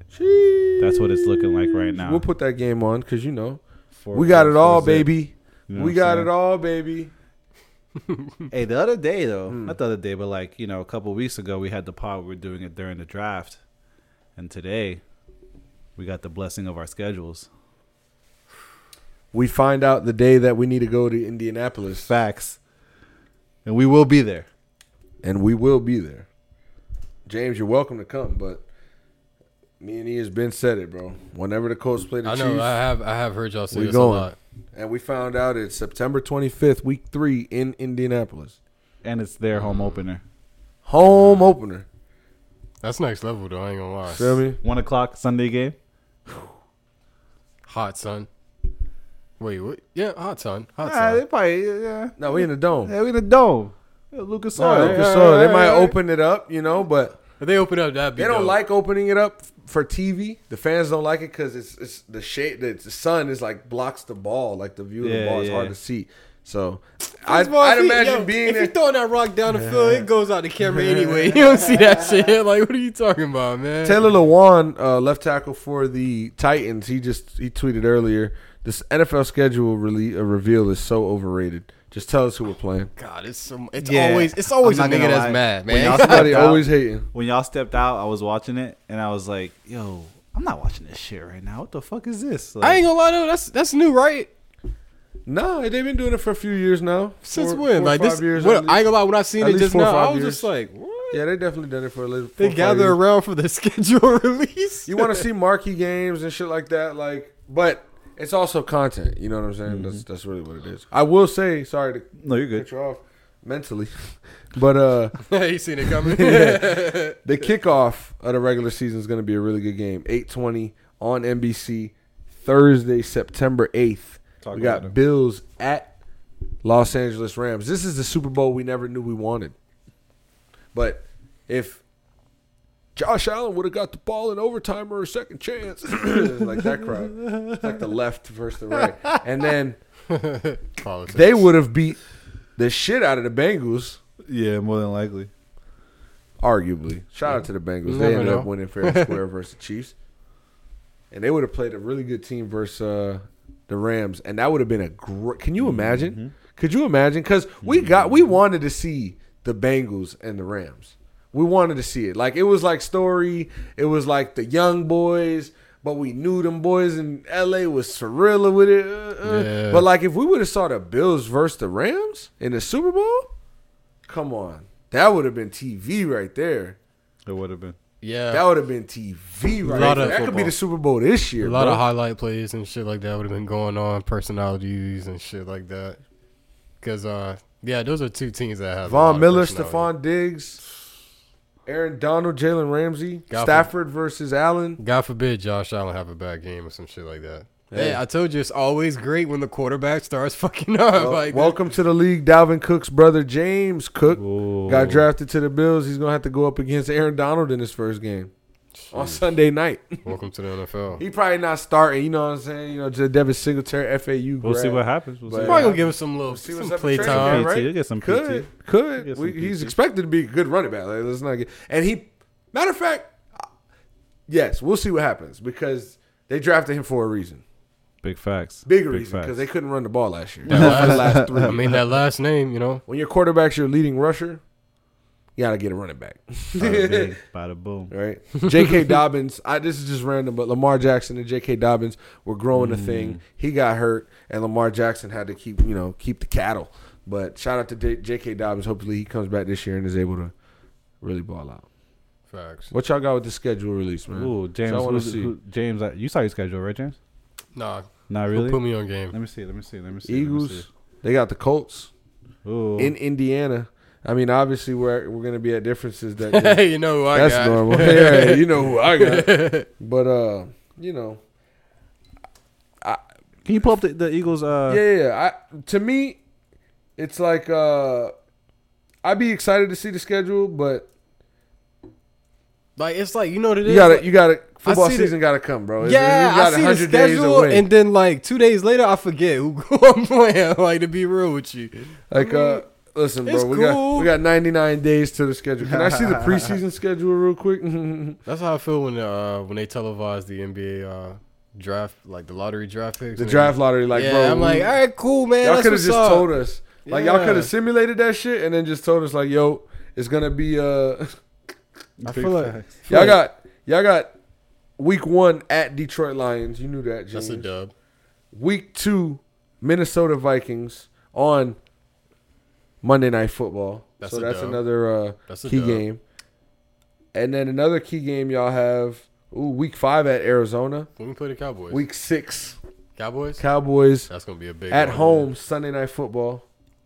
Speaker 4: that's what it's looking like right now.
Speaker 2: We'll put that game on because you know
Speaker 4: Four-
Speaker 2: we got it
Speaker 4: four
Speaker 2: all,
Speaker 4: zip.
Speaker 2: baby.
Speaker 4: You know
Speaker 2: we
Speaker 4: what I'm
Speaker 2: got
Speaker 4: saying?
Speaker 2: it all, baby.
Speaker 4: Hey, the other day though,
Speaker 2: Mm.
Speaker 4: not the other day, but like you know, a couple weeks ago, we had the pod. We were doing it during the draft, and today we got the blessing of our schedules.
Speaker 2: We find out the day that we need to go to Indianapolis,
Speaker 4: Facts, and we will be there.
Speaker 2: and we will be there. James, you're welcome to come, but me and he has been said it, bro. Whenever the Colts play the
Speaker 3: I know.
Speaker 2: Chiefs,
Speaker 3: I have. I have heard y'all say
Speaker 2: We
Speaker 3: this
Speaker 2: going.
Speaker 3: a lot.
Speaker 2: and we found out it's September 25th, week three in Indianapolis,
Speaker 4: And it's their home opener.
Speaker 2: home opener.
Speaker 3: That's next level, though. I ain't gonna lie.
Speaker 2: Feel me?
Speaker 4: One o'clock Sunday game.
Speaker 3: Hot sun. Wait, what? Yeah, hot sun. Hot
Speaker 4: Ah, they
Speaker 3: sun.
Speaker 4: probably yeah.
Speaker 2: No, we in the dome.
Speaker 4: Hey, we the dome. Yeah, Lucas
Speaker 2: All
Speaker 4: Oil.
Speaker 2: right,
Speaker 3: Lucas
Speaker 2: so
Speaker 3: alright,
Speaker 2: Oh, they might
Speaker 3: alright.
Speaker 2: open it up, you know, but
Speaker 3: If they open up that.
Speaker 2: they don't like opening it up f- for TV. The fans don't like it because it's it's the shade, the, the sun is like blocks the ball, like the view of the
Speaker 4: Yeah,
Speaker 2: ball is
Speaker 4: yeah.
Speaker 2: hard to see. So I, I'd imagine being
Speaker 3: if
Speaker 2: there.
Speaker 3: you throwing that rock down the field, it goes out the camera anyway. You don't see that shit. Like, what are you talking about, man?
Speaker 2: Taylor Lewan, uh, left tackle for the Titans, he just he tweeted earlier. This NFL schedule rele uh, reveal is so overrated. Just tell us who we're playing.
Speaker 3: God, it's so. It's
Speaker 4: Yeah.
Speaker 3: always. It's always a
Speaker 4: I'm not
Speaker 3: nigga
Speaker 4: gonna
Speaker 3: that's
Speaker 4: lie.
Speaker 3: mad,
Speaker 4: When
Speaker 3: man.
Speaker 4: y'all-
Speaker 2: Somebody
Speaker 4: Stepped out.
Speaker 2: always hating.
Speaker 4: When y'all stepped out, I was watching it and I was like, yo, I'm not watching this shit right now. What the fuck is this? Like,
Speaker 3: I ain't gonna lie though. That's that's new, right?
Speaker 2: No, they've been doing it for a few years now.
Speaker 3: Since
Speaker 2: Four-
Speaker 3: when?
Speaker 2: four or
Speaker 3: like this.
Speaker 2: five years
Speaker 3: what,
Speaker 2: at
Speaker 3: I
Speaker 2: least.
Speaker 3: ain't gonna lie. When I seen
Speaker 2: At
Speaker 3: it
Speaker 2: least
Speaker 3: just
Speaker 2: four or
Speaker 3: now, I
Speaker 2: five
Speaker 3: was just
Speaker 2: years.
Speaker 3: like, what?
Speaker 2: Yeah, they definitely done it for a little.
Speaker 3: They
Speaker 2: four or five
Speaker 3: gather
Speaker 2: years.
Speaker 3: around for the schedule release.
Speaker 2: you want to see marquee games and shit like that, like, but it's also content. You know what I'm saying? That's that's really what it is. I will say, sorry to
Speaker 4: Mm-hmm. No, you're
Speaker 2: cut
Speaker 4: good.
Speaker 2: you off mentally, but uh,
Speaker 3: you seen it coming.
Speaker 2: the kickoff of the regular season is going to be a really good game. 8:20 on NBC Thursday, September 8th.
Speaker 4: Talk
Speaker 2: we
Speaker 4: about
Speaker 2: got
Speaker 4: it.
Speaker 2: Bills at Los Angeles Rams. This is the Super Bowl we never knew we wanted. But if Josh Allen would have got the ball in overtime or a second chance, like that crowd, It's like the left versus the right, and then
Speaker 3: Politics.
Speaker 2: they would have beat the shit out of the Bengals.
Speaker 4: Yeah, more than likely.
Speaker 2: Arguably, shout out to the Bengals. They
Speaker 3: Never
Speaker 2: ended up
Speaker 3: know.
Speaker 2: winning fair and square versus the Chiefs, and they would have played a really good team versus uh, the Rams, and that would have been a great. Can you imagine?
Speaker 3: Mm-hmm.
Speaker 2: Could you imagine? Because we got we wanted to see the Bengals and the Rams. We wanted to see it. Like it was like story. It was like the young boys, but we knew them boys in L.A. was Cirilla with it. uh, uh.
Speaker 3: Yeah.
Speaker 2: But like if we would have saw the Bills versus the Rams in the Super Bowl, come on, that would have been TV right there.
Speaker 4: It would have been.
Speaker 3: Yeah,
Speaker 2: That would have been TV right
Speaker 3: Lot
Speaker 2: there.
Speaker 3: of
Speaker 2: That could be
Speaker 3: football.
Speaker 2: the Super Bowl this year.
Speaker 3: a lot
Speaker 2: bro.
Speaker 3: of highlight plays and shit like that would have been going on, personalities and shit like that. Cause uh, yeah, those are two teams that have a lot
Speaker 2: Von
Speaker 3: of
Speaker 2: Miller,
Speaker 3: personality.
Speaker 2: Stephon Diggs, Aaron Donald, Jalen Ramsey,
Speaker 3: Goffin.
Speaker 2: Stafford versus Allen.
Speaker 3: God forbid Josh Allen have a bad game or some shit like that. Hey,
Speaker 2: Hey.
Speaker 3: I told you it's always great when the quarterback starts fucking up. like,
Speaker 2: Welcome to the league, Dalvin Cook's brother James Cook got drafted to the Bills. He's gonna have to go up against Aaron Donald in his first game on Sunday night.
Speaker 3: welcome to the NFL.
Speaker 2: he probably not starting. You know what I'm saying? You know, just Devin Singletary, FAU. Grad.
Speaker 4: We'll see what happens. We'll
Speaker 2: But-
Speaker 4: see.
Speaker 3: Probably gonna give him some little
Speaker 2: See what's
Speaker 3: some
Speaker 2: up in
Speaker 3: play
Speaker 2: training
Speaker 3: time.
Speaker 2: camp, right?
Speaker 4: PT, you'll get some
Speaker 2: Could
Speaker 4: PT.
Speaker 2: could
Speaker 4: Get
Speaker 2: we,
Speaker 4: some
Speaker 2: he's
Speaker 4: PT.
Speaker 2: expected to be a good running back. Like, let's not get and he. Matter of fact, I- yes, we'll see what happens because they drafted him for a reason,
Speaker 4: Big facts.
Speaker 2: big,
Speaker 4: Big
Speaker 2: reason because
Speaker 4: facts.
Speaker 2: they couldn't run the ball last year.
Speaker 3: That
Speaker 2: For the
Speaker 3: last-
Speaker 2: last three.
Speaker 3: I mean that last name, you know.
Speaker 2: when your quarterback's your leading rusher, you gotta get a running back.
Speaker 4: Bada bing, bada boom.
Speaker 2: Right. J.K. Dobbins. I, this is just random, but Lamar Jackson and J.K. Dobbins were growing
Speaker 4: Mm.
Speaker 2: a thing. He got hurt, and Lamar Jackson had to keep you know keep the cattle. But shout out to J- J.K. Dobbins. Hopefully he comes back this year and is able to really ball out.
Speaker 3: Facts.
Speaker 2: What y'all got with the schedule release, man?
Speaker 4: Ooh, James.
Speaker 2: So I wanna
Speaker 4: who-
Speaker 2: see.
Speaker 4: who- James, I- you saw your schedule, right, James?
Speaker 3: Nah,
Speaker 4: Not
Speaker 3: really? put
Speaker 4: really.
Speaker 3: me on game.
Speaker 4: Let me see. Let me see. Let me see. Oh.
Speaker 2: Eagles. They got the Colts
Speaker 4: Ooh.
Speaker 2: in Indiana. I mean, obviously we're we're gonna be at differences that day.
Speaker 3: Hey, you know who I
Speaker 2: That's
Speaker 3: got.
Speaker 2: normal. yeah, you know who I got. But uh, you know,
Speaker 4: Can you pull up the, the Eagles? Uh,
Speaker 2: yeah, yeah, yeah. I to me, it's like uh, I'd be excited to see the schedule, but
Speaker 3: Like it's like you know what it is.
Speaker 2: you gotta
Speaker 3: Like,
Speaker 2: you gotta football
Speaker 3: see the-
Speaker 2: season gotta come, bro. It's-
Speaker 3: yeah,
Speaker 2: we got
Speaker 3: I see the
Speaker 2: 100 days
Speaker 3: schedule,
Speaker 2: away.
Speaker 3: and then like two days later, I forget who I'm playing. Like to be real with you,
Speaker 2: like
Speaker 3: I mean,
Speaker 2: uh. Listen, bro,
Speaker 3: it's
Speaker 2: we
Speaker 3: cool.
Speaker 2: got we got 99 days to the schedule. Can I see the preseason schedule real quick?
Speaker 3: that's how I feel when uh when they televise the NBA uh draft, like the lottery draft picks.
Speaker 2: the
Speaker 3: and
Speaker 2: draft lottery, like,
Speaker 3: yeah,
Speaker 2: bro,
Speaker 3: I'm like,
Speaker 2: we-
Speaker 3: all right, cool, man.
Speaker 2: y'all
Speaker 3: that's
Speaker 2: could have
Speaker 3: what's
Speaker 2: just
Speaker 3: up."
Speaker 2: told us, like, y'all
Speaker 3: Yeah.
Speaker 2: could have simulated that shit and then just told us, like, yo, it's gonna be uh,
Speaker 4: I
Speaker 3: Big
Speaker 4: feel like
Speaker 3: facts.
Speaker 2: y'all got y'all got week one at Detroit Lions. You knew that, James.
Speaker 3: that's a dub.
Speaker 2: week two, Minnesota Vikings on Monday Night Football.
Speaker 3: That's
Speaker 2: so
Speaker 3: a
Speaker 2: that's
Speaker 3: dub.
Speaker 2: another uh,
Speaker 3: That's a
Speaker 2: key
Speaker 3: dub.
Speaker 2: game. And then another key game y'all have ooh, week five at Arizona,
Speaker 3: When we play the Cowboys,
Speaker 2: week six
Speaker 3: Cowboys,
Speaker 2: Cowboys
Speaker 3: that's gonna be a big
Speaker 2: at
Speaker 3: one,
Speaker 2: home
Speaker 3: man.
Speaker 2: Sunday Night Football.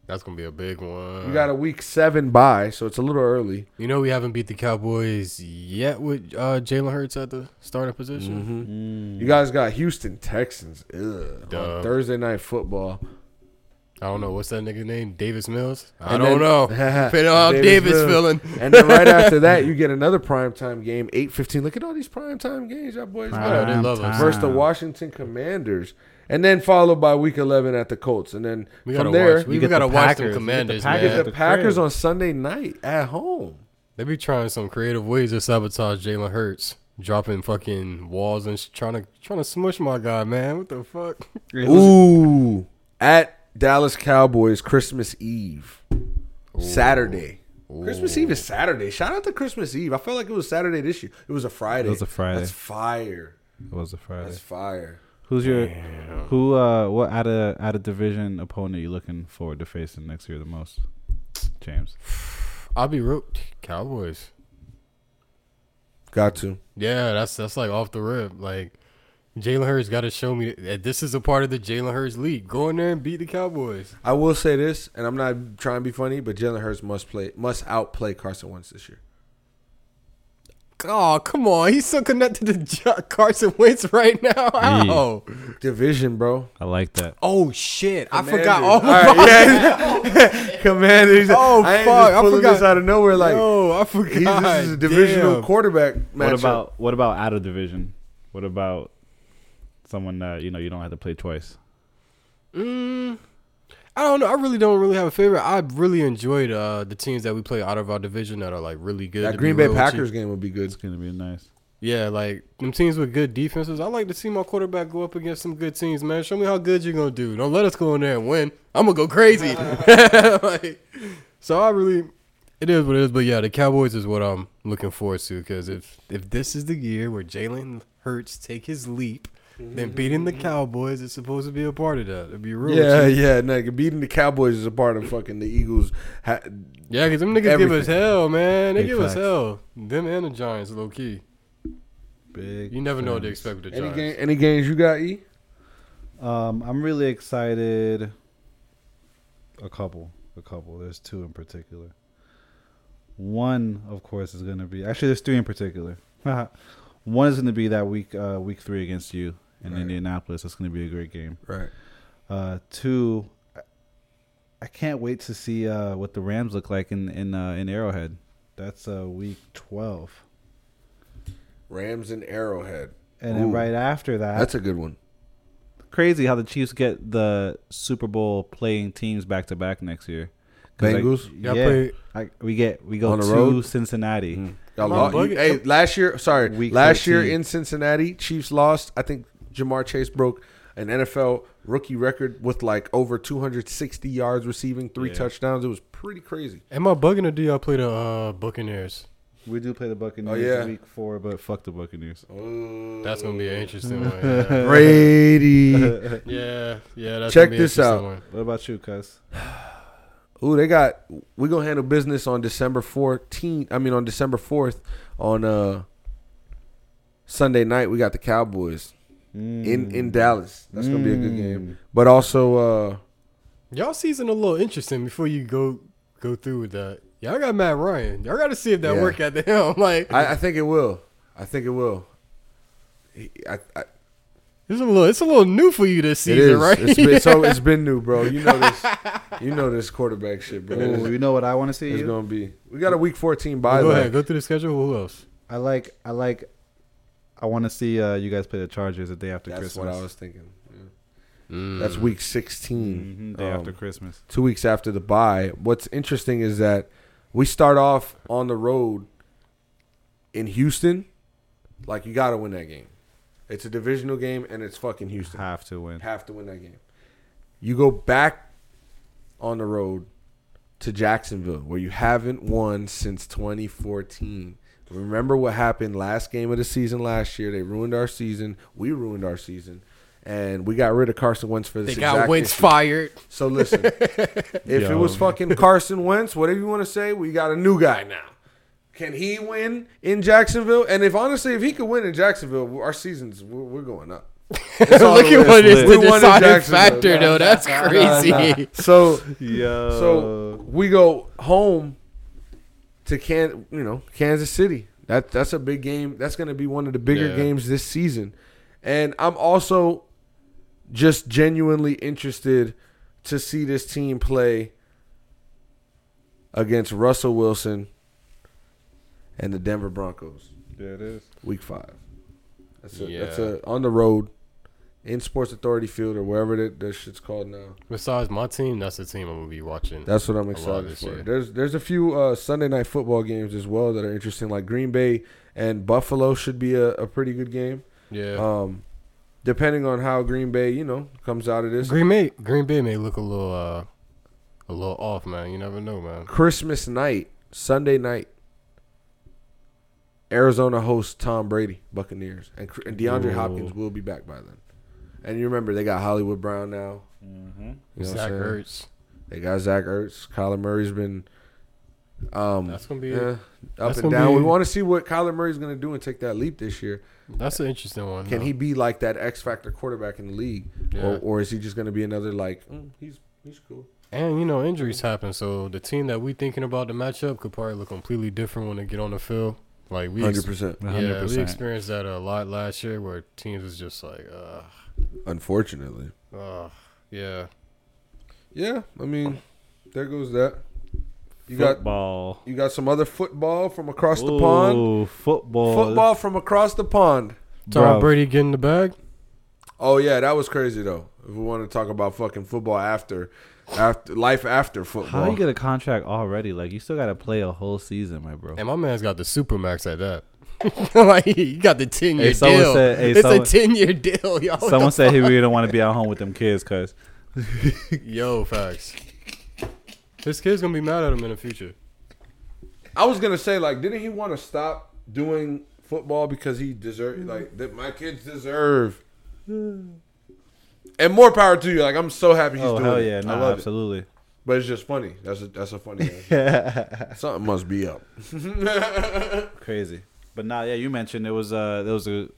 Speaker 3: That's gonna be a big one.
Speaker 2: You got a week seven bye, so it's a little early.
Speaker 3: You know we haven't beat the Cowboys yet with uh, Jalen Hurts at the starting position.
Speaker 2: Mm-hmm. You guys got Houston Texans ugh, on
Speaker 3: Mm. Dub.
Speaker 2: Thursday Night Football.
Speaker 3: I don't know what's that nigga's name, Davis Mills. I
Speaker 2: And
Speaker 3: don't
Speaker 2: then-
Speaker 3: know. Depending on how
Speaker 2: Davis
Speaker 3: Davis,
Speaker 2: Mills.
Speaker 3: feeling.
Speaker 2: And then right after that, you get another primetime game, eight fifteen. Look at all these primetime games, y'all boys.
Speaker 3: I know,
Speaker 2: got.
Speaker 3: they love us.
Speaker 2: versus the
Speaker 4: Wow.
Speaker 2: Washington Commanders, and then followed by Week 11 at the Colts, and then
Speaker 3: We
Speaker 2: from
Speaker 3: gotta
Speaker 2: there
Speaker 3: watch. We,
Speaker 4: you
Speaker 3: we
Speaker 4: get
Speaker 3: gotta
Speaker 4: the
Speaker 3: watch
Speaker 4: Packers,
Speaker 3: them
Speaker 4: you get the
Speaker 3: Commanders,
Speaker 4: Packers
Speaker 3: man.
Speaker 2: the,
Speaker 4: at the
Speaker 2: Packers
Speaker 4: crib.
Speaker 2: on Sunday night at home.
Speaker 3: They be trying some creative ways to sabotage Jalen Hurts, dropping fucking walls and sh- trying to trying to smush my guy, man. What the fuck?
Speaker 2: Ooh, at Dallas Cowboys Christmas Eve, Saturday. Christmas Eve is Saturday. Shout out to Christmas Eve. I felt like it was Saturday this year. It was a Friday.
Speaker 4: It was a Friday.
Speaker 2: That's fire.
Speaker 4: it was a Friday.
Speaker 2: That's fire.
Speaker 4: Who's your who? Uh, what out of out of division opponent you looking forward to facing next year the most? James.
Speaker 3: I'll be roped. Cowboys.
Speaker 2: Got to.
Speaker 3: Yeah, that's that's like off the rip. Like Jalen Hurts got to show me that this is a part of the Jalen Hurts league. Go in there and beat the Cowboys.
Speaker 2: I will say this, and I'm not trying to be funny, but Jalen Hurts must play must outplay Carson Wentz this year.
Speaker 3: Oh, come on. He's so connected to J- Carson Wentz right now. Ow.
Speaker 2: Division, bro.
Speaker 4: I like that.
Speaker 3: Oh, shit. I
Speaker 2: Commanders.
Speaker 3: forgot all
Speaker 2: right,
Speaker 3: about
Speaker 2: yeah. Commanders.
Speaker 3: Oh,
Speaker 2: I ain't
Speaker 3: fuck, I
Speaker 2: Just pulling this
Speaker 3: forgot.
Speaker 2: out of nowhere. Like
Speaker 3: Yo, I forgot.
Speaker 2: he's, this is a divisional
Speaker 3: Damn.
Speaker 2: quarterback matchup.
Speaker 4: What about what about out of division? What about someone that you know you don't have to play twice?
Speaker 3: Mm, I don't know. I really don't really have a favorite. I really enjoyed uh, the teams that we play out of our division that are like really good.
Speaker 2: that
Speaker 3: to
Speaker 2: Green
Speaker 3: be
Speaker 2: Bay
Speaker 3: real with you.
Speaker 2: Packers game would be good.
Speaker 4: It's gonna be nice.
Speaker 3: yeah, like them teams with good defenses. I like to see my quarterback go up against some good teams, man. Show me how good you're gonna do. Don't let us go in there and win. I'm gonna go crazy. Like, so I really, it is what it is. But yeah, the Cowboys is what I'm looking forward to because if if this is the year where Jalen Hurts take his leap, then
Speaker 2: Mm-hmm.
Speaker 3: beating the Cowboys is supposed to be a part of that. It'd be real.
Speaker 2: Yeah, yeah, nigga. Beating the Cowboys is a part of fucking the Eagles. Ha-
Speaker 3: Yeah, because them niggas give us
Speaker 2: Everything.
Speaker 3: hell, man. They
Speaker 4: Big
Speaker 3: give us
Speaker 4: facts.
Speaker 3: hell. Them and the Giants, low key.
Speaker 4: Big.
Speaker 3: You never know what to
Speaker 4: fans.
Speaker 3: expect with the
Speaker 2: Any,
Speaker 3: Giants.
Speaker 2: game, any games you got, E?
Speaker 4: Um, I'm really excited. A couple, a couple. There's two in particular. One, of course, is going to be actually there's three in particular. One is going to be that week, uh, week three against you in
Speaker 2: Right.
Speaker 4: Indianapolis. That's going to be a great game.
Speaker 2: Right.
Speaker 4: Uh, two, I- I can't wait to see uh, what the Rams look like in in uh, in Arrowhead. That's uh, week twelve,
Speaker 2: Rams and Arrowhead.
Speaker 4: and then
Speaker 2: Ooh.
Speaker 4: right after that,
Speaker 2: That's a good one.
Speaker 4: crazy how the Chiefs get the Super Bowl playing teams back to back next year. 'Cause, like,
Speaker 2: Bengals?
Speaker 3: Y'all
Speaker 4: yeah,
Speaker 3: play-
Speaker 4: like, we get we go
Speaker 2: On the
Speaker 4: to
Speaker 2: road?
Speaker 4: Cincinnati.
Speaker 2: Y'all
Speaker 3: Come on,
Speaker 2: lost.
Speaker 3: bug it.
Speaker 2: hey, last year, sorry,
Speaker 4: Week
Speaker 2: last
Speaker 4: 13.
Speaker 2: year in Cincinnati, Chiefs lost. I think Jamar Chase broke an NFL rookie record with like over 260 yards receiving, three touchdowns. It was pretty crazy.
Speaker 3: Am I bugging or do y'all play the uh, Buccaneers?
Speaker 4: We do play the Buccaneers
Speaker 2: Oh, yeah.
Speaker 4: week four, but fuck the Buccaneers.
Speaker 3: That's gonna be an interesting one. Yeah,
Speaker 2: Brady.
Speaker 3: yeah, yeah that's
Speaker 2: Check
Speaker 3: gonna be an
Speaker 2: this
Speaker 3: interesting
Speaker 2: out.
Speaker 3: one.
Speaker 4: What about you, Cuz?
Speaker 2: Ooh, they got. We're gonna handle business on December 14th. I mean, on December 4th, on uh Sunday night, we got the Cowboys in
Speaker 3: Mm.
Speaker 2: in Dallas. That's gonna be a good game. But also, uh
Speaker 3: Y'all season a little interesting before you go go through with that. Y'all got Matt Ryan. Y'all got to see if that
Speaker 2: Yeah.
Speaker 3: work at the helm. Like,
Speaker 2: I, I think it will. I think it will. He- I, I,
Speaker 3: it's a little it's a little new for you this
Speaker 2: It
Speaker 3: season, right?
Speaker 2: It's been, so it's been new, bro. You know this. you know this quarterback shit, bro.
Speaker 4: Ooh,
Speaker 2: It's,
Speaker 4: you know what I want to see?
Speaker 2: it's
Speaker 4: you?
Speaker 2: gonna be. We got a week fourteen bye.
Speaker 3: go
Speaker 2: though.
Speaker 3: ahead, go through the schedule. Who else?
Speaker 4: I like I like I want to see uh, you guys play the Chargers the day after
Speaker 2: That's
Speaker 4: Christmas.
Speaker 2: what I was thinking. That's week 16
Speaker 4: Mhm, day
Speaker 2: um,
Speaker 4: after Christmas.
Speaker 2: Two weeks after the bye. What's interesting is that we start off on the road in Houston. Like you got to win that game. It's a divisional game, and it's fucking Houston.
Speaker 4: Have to win.
Speaker 2: have to win that game. You go back on the road to Jacksonville, where you haven't won since 2014. Remember what happened last game of the season last year? They ruined our season. We ruined our season, and we got rid of Carson Wentz for this.
Speaker 3: They got
Speaker 2: exact
Speaker 3: Wentz
Speaker 2: issue.
Speaker 3: fired.
Speaker 2: So listen, if it
Speaker 4: Yo.
Speaker 2: was fucking Carson Wentz, whatever you want to say, we got a new guy now. Can he win in Jacksonville? And if honestly, if he could win in Jacksonville, our seasons we're, we're going up. That's all
Speaker 3: Look
Speaker 2: there
Speaker 3: at what
Speaker 2: is
Speaker 3: is
Speaker 2: to it.
Speaker 3: the
Speaker 2: We won in
Speaker 3: deciding
Speaker 2: Jacksonville.
Speaker 3: factor, though. That's crazy.
Speaker 2: So
Speaker 4: Yo.
Speaker 3: Uh,
Speaker 2: so we go home to can you know Kansas City. That that's a big game. That's going to be one of the bigger
Speaker 3: Yeah.
Speaker 2: games this season. And I'm also just genuinely interested to see this team play against Russell Wilson and the Denver Broncos
Speaker 4: yeah, it is.
Speaker 2: week 5. That's a, that's
Speaker 3: Yeah.
Speaker 2: a on the road in Sports Authority Field or wherever that, that shit's called now.
Speaker 3: Besides my team, that's the team I'm gonna be watching.
Speaker 2: That's what I'm
Speaker 3: lot
Speaker 2: excited
Speaker 3: this
Speaker 2: for.
Speaker 3: year.
Speaker 2: There's there's a few uh, Sunday night football games as well that are interesting. Like Green Bay and Buffalo should be a, a pretty good game.
Speaker 3: yeah.
Speaker 2: Um, depending on how Green Bay, you know, comes out of this.
Speaker 3: Green Bay, Green Bay may look a little, uh, a little off, man. You never know, man.
Speaker 2: Christmas night, Sunday night, Arizona hosts Tom Brady Buccaneers, and, Cr- and DeAndre
Speaker 3: Ooh.
Speaker 2: Hopkins will be back by then. And you remember they got Hollywood Brown now.
Speaker 3: Mm-hmm.
Speaker 2: You know what I'm
Speaker 3: Zach
Speaker 2: saying?
Speaker 3: Ertz.
Speaker 2: They got Zach Ertz. Kyler Murray's been. Um,
Speaker 3: That's gonna be-
Speaker 2: eh, up
Speaker 3: that's
Speaker 2: and
Speaker 3: gonna
Speaker 2: down.
Speaker 3: be-
Speaker 2: we want to see what Kyler Murray's going to do and take that leap this year.
Speaker 3: That's an interesting one.
Speaker 2: Can
Speaker 3: though.
Speaker 2: he be like that X factor quarterback in the league,
Speaker 3: Yeah.
Speaker 2: or, or is he just going to be another like mm, he's he's cool?
Speaker 3: And you know, injuries happen. So the team that we thinking about the matchup could probably look completely different when they get on the field. Like we, ex-
Speaker 2: Hundred percent.
Speaker 3: yeah, we
Speaker 4: 100%.
Speaker 3: experienced that a lot last year, where teams was just like, uh,
Speaker 2: Unfortunately.
Speaker 3: uh yeah.
Speaker 2: Yeah, I mean, there goes that. You got
Speaker 4: football.
Speaker 2: you got some other football from across the
Speaker 4: Ooh,
Speaker 2: pond.
Speaker 4: Football.
Speaker 2: Football from across the pond.
Speaker 3: Tom
Speaker 4: Bruv.
Speaker 3: Brady getting the bag.
Speaker 2: Oh yeah, that was crazy though. If we want to talk about fucking football after after life after
Speaker 4: How
Speaker 2: football.
Speaker 4: you get a contract already? Like you still got to play a whole season, my bro.
Speaker 3: And my man's got the supermax at that. like he got the ten year
Speaker 4: Hey, someone
Speaker 3: deal.
Speaker 4: said- hey,
Speaker 3: it's a
Speaker 4: someone-
Speaker 3: ten year deal, y'all.
Speaker 2: Oh,
Speaker 4: Someone said he really don't want to be out home with them kids, cause
Speaker 3: Yo, facts. His kid's gonna be mad at him in the future.
Speaker 2: I was gonna say like, didn't he want to stop doing football because he
Speaker 4: Mm-hmm.
Speaker 2: deserved like that? My kids deserve. And more power to you. Like I'm so happy he's
Speaker 4: oh
Speaker 2: doing
Speaker 4: hell
Speaker 2: it.
Speaker 4: yeah,
Speaker 2: I
Speaker 4: no,
Speaker 2: love it.
Speaker 4: absolutely.
Speaker 2: But it's just funny. That's a, that's a funny. Something must be up.
Speaker 4: Crazy. But now, yeah, you mentioned it was uh there was a,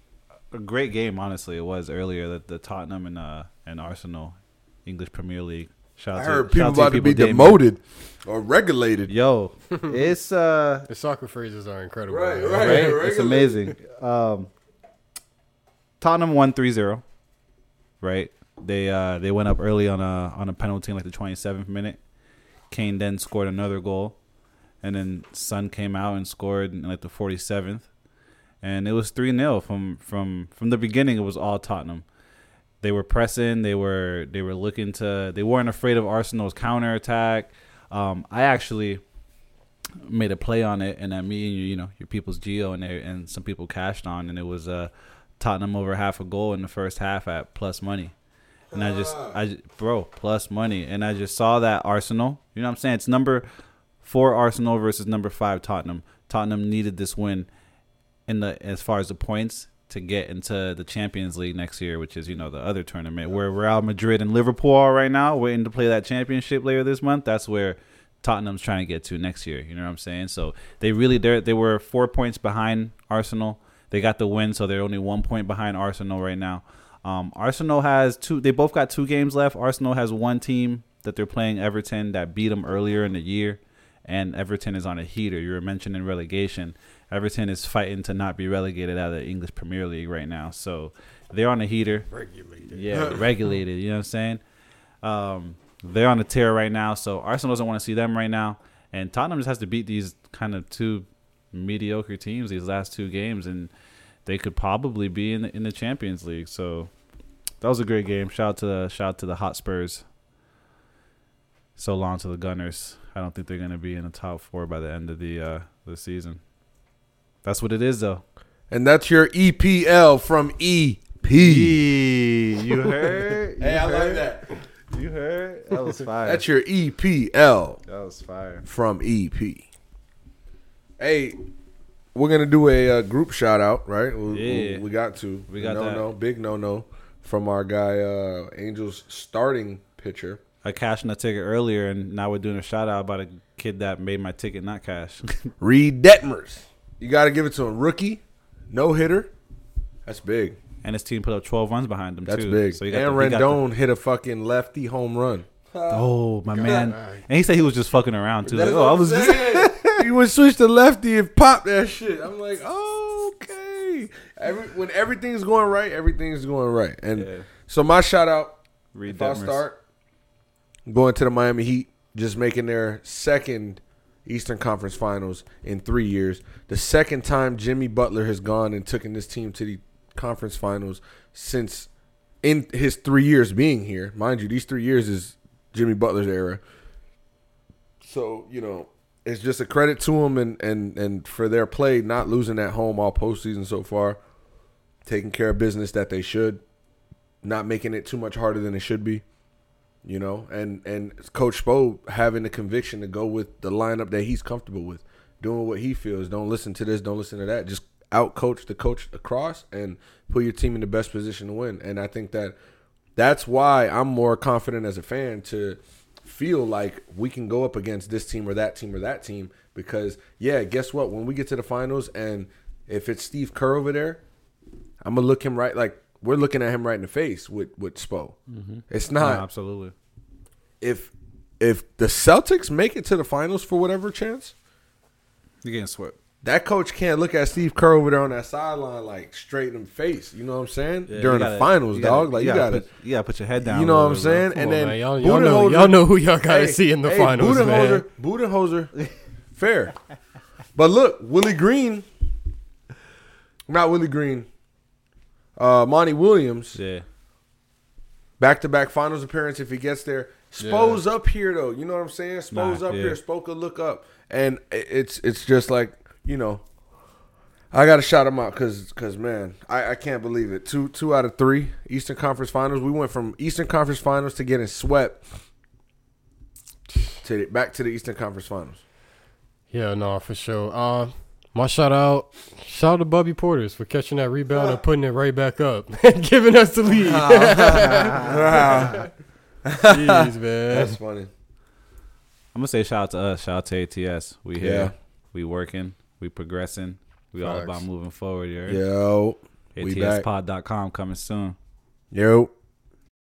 Speaker 4: a great game. Honestly, it was earlier that the Tottenham and uh and Arsenal English Premier League. Shout
Speaker 2: I
Speaker 4: out
Speaker 2: heard
Speaker 4: to,
Speaker 2: people
Speaker 4: shout out
Speaker 2: about to be
Speaker 4: Damien.
Speaker 2: demoted or regulated.
Speaker 4: Yo, it's uh
Speaker 3: The soccer phrases are incredible.
Speaker 2: Right,
Speaker 3: man.
Speaker 2: right.
Speaker 4: right?
Speaker 2: Regular.
Speaker 4: It's amazing. Um, Tottenham won 3-0, right? They uh, they went up early on a on a penalty in like the 27th minute. Kane then scored another goal, and then Sun came out and scored in like the 47th, and it was 3-0 from from from the beginning. It was all Tottenham. They were pressing. They were they were looking to. They weren't afraid of Arsenal's counterattack. Um, I actually made a play on it, and that me and you, you know, your people's geo and they- and some people cashed on, and it was uh, Tottenham over half a goal in the first half at plus money. And I just, I ju- bro, plus money, and I just saw that Arsenal. You know what I'm saying? It's number four Arsenal versus number five Tottenham. Tottenham needed this win in the as far as the points to get into the Champions League next year, which is you know the other tournament where Real Madrid and Liverpool are right now waiting to play that championship later this month. That's where Tottenham's trying to get to next year. You know what I'm saying? So they really they they were four points behind Arsenal. They got the win, so they're only one point behind Arsenal right now. Um, Arsenal has two. They both got two games left. Arsenal has one team that they're playing Everton that beat them earlier in the year and Everton is on a heater. You were mentioning relegation. Everton is fighting to not be relegated out of the English Premier League right now, so they're on a heater. Regulated, yeah, regulated. You know what I'm saying? Um, they're on a tear right now, so Arsenal doesn't want to see them right now, and Tottenham just has to beat these kind of two mediocre teams these last two games, and they could probably be in the, in the Champions League. So that was a great game. Shout out to the shout out to the Hotspurs so long to the Gunners. I don't think they're going to be in the top four by the end of the uh, the season. That's what it is, though.
Speaker 2: And that's your EPL from EP.
Speaker 4: E. you heard?
Speaker 2: Hey, I like that.
Speaker 4: You heard? That was fire.
Speaker 2: That's your EPL
Speaker 4: that was fire.
Speaker 2: from EP. Hey, we're gonna do a uh, group shout out, right? We, we-
Speaker 4: Yeah.
Speaker 2: we got to.
Speaker 4: We got
Speaker 2: no
Speaker 4: that.
Speaker 2: no big no no from our guy uh, Angels starting pitcher.
Speaker 4: I cashed in a ticket earlier, and now we're doing a shout out about a kid that made my ticket not cash.
Speaker 2: Reed Detmers. You got to give it to him. Rookie, no hitter. That's big.
Speaker 4: and his team put up 12 runs behind them,
Speaker 2: That's
Speaker 4: too.
Speaker 2: big. and
Speaker 4: you got the- he got the-
Speaker 2: Rendon hit a fucking lefty home run.
Speaker 4: oh, my man. And he said he was just fucking around, too. Like,
Speaker 2: That's
Speaker 4: oh, I
Speaker 2: what I'm
Speaker 4: was just.
Speaker 2: saying. he would switch to lefty and pop that shit. I'm like, okay. Every, when everything's going right, everything's going right. And
Speaker 4: Yeah.
Speaker 2: so my shout out,
Speaker 4: Reed
Speaker 2: if I
Speaker 4: Detmers.
Speaker 2: start going to the Miami Heat, just making their second Eastern Conference Finals in three years. The second time Jimmy Butler has gone and taken this team to the conference finals since in his three years being here. Mind you, these three years is Jimmy Butler's era. So you know, it's just a credit to them and and and for their play, not losing at home all postseason so far, taking care of business that they should, not making it too much harder than it should be. You know, and and Coach Spo having the conviction to go with the lineup that he's comfortable with, doing what he feels. Don't listen to this. Don't listen to that. Just out coach the coach across and put your team in the best position to win. And I think that that's why I'm more confident as a fan to feel like we can go up against this team or that team or that team because yeah, guess what? When we get to the finals and if it's Steve Kerr over there, I'm gonna look him right like we're looking at him right in the face with with Spo. It's
Speaker 4: No,
Speaker 2: not
Speaker 4: absolutely.
Speaker 2: if if the Celtics make it to the finals for whatever chance,
Speaker 4: You're getting swept.
Speaker 2: that coach can't look at Steve Kerr over there on that sideline like straight in the face. You know what I'm saying? During
Speaker 4: You
Speaker 2: the
Speaker 4: gotta-
Speaker 2: finals,
Speaker 4: you gotta-
Speaker 2: dog. like you gotta,
Speaker 4: put, you gotta put your head down.
Speaker 2: you
Speaker 4: a
Speaker 2: know what
Speaker 4: little
Speaker 2: I'm saying?
Speaker 4: bit, bro.
Speaker 3: Come
Speaker 2: and
Speaker 3: on,
Speaker 2: then
Speaker 3: man. Y'all- y'all know-
Speaker 2: Budenholzer-
Speaker 3: y'all know who y'all gotta see in the finals, man.
Speaker 2: Budenholzer, Budenholzer. but look, Willie Green, not Willie Green, uh, Monty Williams
Speaker 4: Yeah.
Speaker 2: back to back finals appearance if he gets there. Spo's up here though. You know what I'm saying? Spo's
Speaker 4: Nah,
Speaker 2: up
Speaker 4: yeah.
Speaker 2: here. Spo could look up, and i- it's it's just like you know. I gotta shout him out because cause man, I, I can't believe it. Two two out of three Eastern Conference Finals. We went from Eastern Conference Finals to getting swept to the, back to the Eastern Conference Finals.
Speaker 3: Yeah, no, for sure. Uh, my shout out, shout out to Bubby Porters for catching that rebound and putting it right back up and giving us the lead. Jeez, man.
Speaker 2: That's funny.
Speaker 4: I'm gonna say shout out to us. Shout out to ATS. We here.
Speaker 2: Yeah.
Speaker 4: We working. We progressing. We all
Speaker 3: Facts.
Speaker 4: about moving forward. you heard?
Speaker 2: Yo, we back.
Speaker 4: ATSpod.com coming soon.
Speaker 2: Yo.